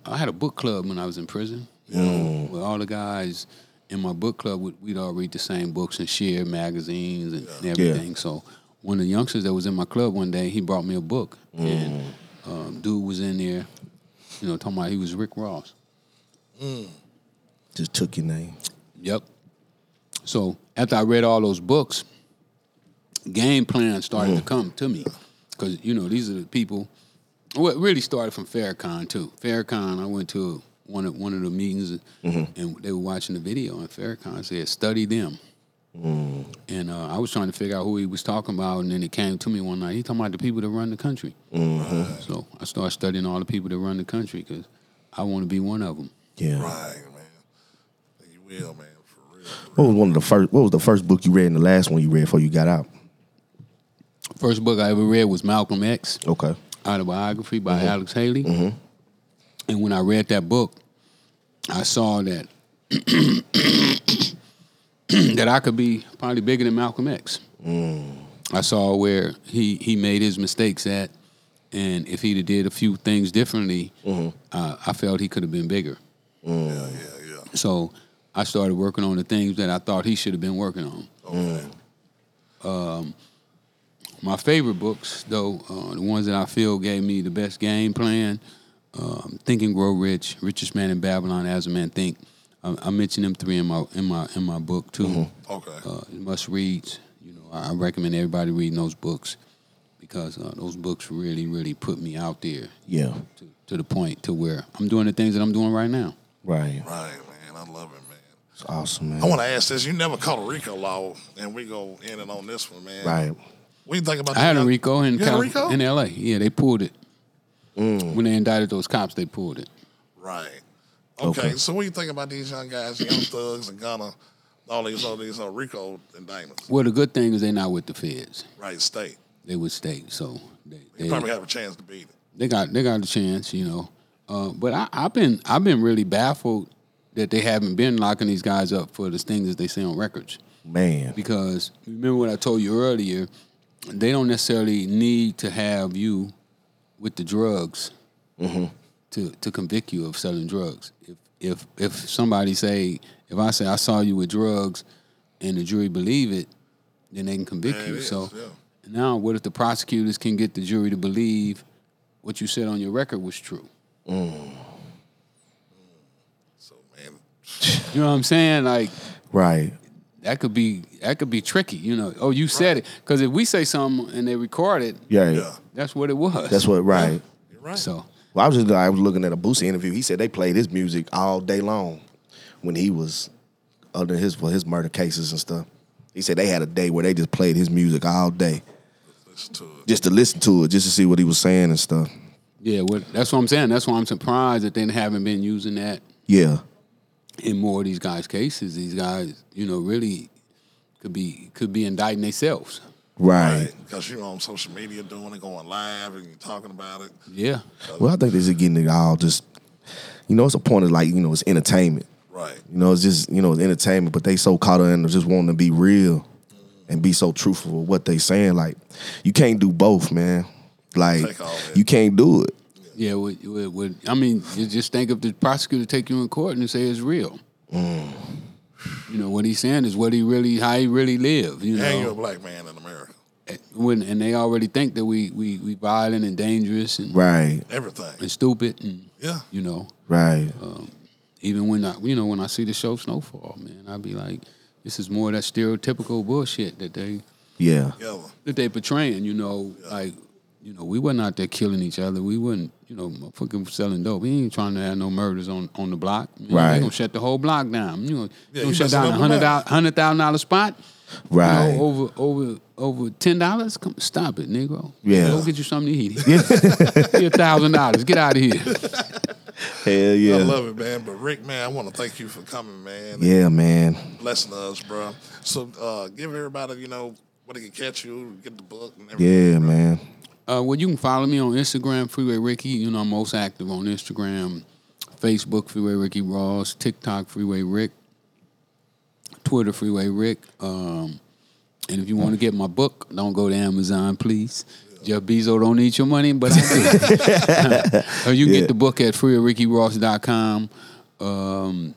I had a book club when I was in prison. Where all the guys in my book club would we'd all read the same books and share magazines and, and everything. So one of the youngsters that was in my club one day, he brought me a book, and um, dude was in there, you know, talking about he was Rick Ross. Just took your name. Yep. So after I read all those books, game plans started to come to me because you know these are the people. Well, it really started from Farrakhan too. Farrakhan, I went to one of one of the meetings and they were watching the video, and Farrakhan said, "Study them." And uh, I was trying to figure out who he was talking about, and then it came to me one night. He talking about the people that run the country. So I started studying all the people that run the country because I want to be one of them. Yeah. Right, man. You real, man. For real. What was one of the first? What was the first book you read and the last one you read before you got out? First book I ever read was Malcolm X. Okay. autobiography by Alex Haley. And when I read that book, I saw that that I could be probably bigger than Malcolm X. I saw where he he made his mistakes at, and if he'd have did a few things differently, uh, I felt he could have been bigger. Yeah, yeah, yeah. So I started working on the things that I thought he should have been working on. Okay. Mm. My favorite books, though, uh, the ones that I feel gave me the best game plan, um, Think and Grow Rich, Richest Man in Babylon, As a Man Think. I, I mentioned them three in my in my in my book too. Okay. Uh, must reads. You know, I, I recommend everybody reading those books because uh, those books really really put me out there Yeah. to, to the point to where I'm doing the things that I'm doing right now. Right. right, man. I love it, man. It's awesome, man. I want to ask this. You never caught a Rico law, and we go in and on this one, man. right. What do you think about I had a that? Rico in You had a Cali- Rico? Mm. in L.A. Yeah, they pulled it when they indicted those cops. They pulled it. Right. Okay. Okay. So what do you think about these young guys, young thugs, and Ghana, all these all these uh, Rico indictments? Well, the good thing is they're not with the feds. Right. State. they would stay. So they You they, probably have a chance to beat it. they got they got a chance, you know. Uh, but I, I've been I've been really baffled that they haven't been locking these guys up for the things that they say on records. Man. Because remember what I told you earlier, they don't necessarily need to have you with the drugs Mm-hmm. to to convict you of selling drugs. If if if somebody say if I say I saw you with drugs and the jury believe it, then they can convict Yeah, it you. is, so yeah. now, what if the prosecutors can get the jury to believe what you said on your record was true? So man, You know what I'm saying? Like Right. that could be that could be tricky. You know, oh, you said it because if we say something and they record it, Yeah. yeah, that's what it was. That's what. Right. you're right. So Well, I was just I was looking at a Boosie interview. He said they played his music all day long when he was under his for his murder cases and stuff. He said they had a day where they just played his music all day Listen to it. just to listen to it, just to see what he was saying and stuff. yeah, what, that's what I'm saying. That's why I'm surprised that they haven't been using that Yeah. in more of these guys' cases. These guys, you know, really could be could be indicting themselves. Right. Right. Because you're on social media doing it, going live, and you're talking about it. Yeah, Well, I think this is getting it all just you know, it's a point of like, you know, it's entertainment. Right. You know, it's just you know, it's entertainment, but they so caught in just wanting to be real and be so truthful with what they saying. Like, you can't do both, man. Like, Take all that. you can't do it. yeah. Would, would, would, I mean, you just think if the prosecutor take you in court and say it's real. You know what he's saying is what he really, how he really lived. You know, And you're a black man in America. when and they already think that we we we violent and dangerous and, Right, Everything. and stupid and Yeah. you know right, even when I you know when I see the show Snowfall man I'd be like this is more of that stereotypical bullshit that they yeah, Together. that they portraying you know like you know we wasn't out there killing each other we wasn't you know fucking selling dope we ain't trying to have no murders on on the block you know, Right. they gonna shut the whole block down you know Yeah, you gonna you shut messing down up the a hundred block. hundred thousand dollar spot right. You know, over over over ten dollars? Come stop it, Negro. Yeah. Go get you something to eat. Get a thousand dollars. Get out of here. Hell yeah, I love it, man. But Rick, man, I want to thank you for coming, man. and yeah, man. Blessing us, bro. So uh, give everybody, you know, where they can catch you, get the book, and everything. Yeah, man. Uh, well, you can follow me on Instagram, Freeway Ricky. You know, I'm most active on Instagram, Facebook, Freeway Ricky Ross, TikTok, Freeway Rick, Twitter, Freeway Rick. Um, and if you want to get my book, don't go to Amazon, please. Jeff Bezos don't need your money, but I do. or you can Yeah. get the book at freerickyross.com. Um,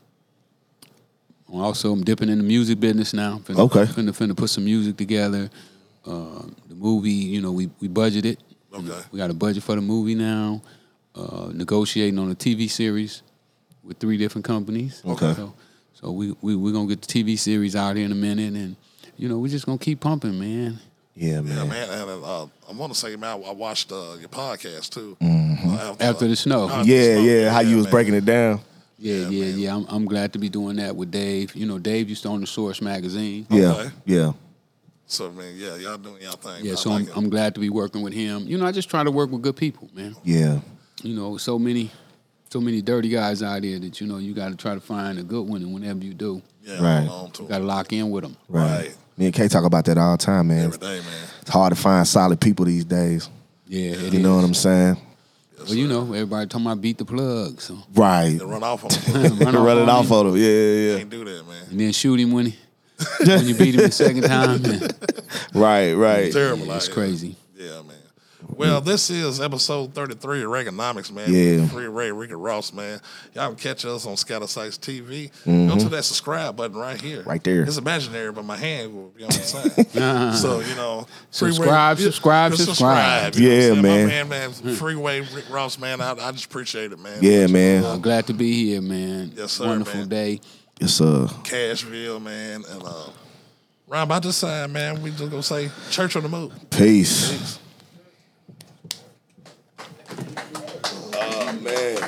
also, I'm dipping in the music business now. Finna, Okay. Finna, finna put some music together. Uh, the movie, you know, we, we budgeted. Okay. We got a budget for the movie now. Uh, negotiating on a TV series with three different companies. Okay. So, so we, we, we're going to get the TV series out here in a minute. And, you know, we're just going to keep pumping, man. Yeah, man. Yeah, man. And uh, I want to say, man, I watched uh, your podcast too. Uh, after, After the snow. After the Mm-hmm. Yeah, Snow. yeah. How you was man. breaking it down? Yeah, Yeah, yeah, yeah. man. I'm, I'm glad to be doing that with Dave. You know, Dave used to own the Source magazine. Yeah, Okay. yeah, So, man, yeah, y'all doing y'all thing. Yeah, I so like I'm, it. I'm glad to be working with him. You know, I just try to work with good people, man. yeah. You know, so many, so many dirty guys out here that you know you got to try to find a good one, and whenever you do, Yeah, Right. hold on to you it. got to lock in with them. Right. Me and K talk about that all the time, man. every day, man. It's hard to find solid people these days. Yeah, it You know is. what I'm saying? Yes, Well, you sir. know, everybody talking about beat the plug, so Right. They run off on him. run, Run it on off him on them. Yeah, yeah, yeah. Can't do that, man. and then shoot him when he, when you beat him the second time. Yeah, Right, right. Terrible. it's idea. crazy. Yeah, man. Well, this is episode 33 of Reaganomics, man. Yeah. Free Ray, Ricky Ross, man. Y'all can catch us on Scatter Sites TV. Go to that subscribe button right here. Mm-hmm. Right there. Uh-huh. It's imaginary, but my hand will be on the side. so, you know. Free Ray- Subscribe, subscribe, Just subscribe. you know Yeah, what I'm saying? man. My man, man. Freeway Rick Ross, man. I, I just appreciate it, man. Yeah, Uh, man. glad to be here, man. Yes, sir, Wonderful man. day. It's uh Cashville, man. And, uh, Ron, about this time, man, we just going to say church on the move. peace. Peace. Man.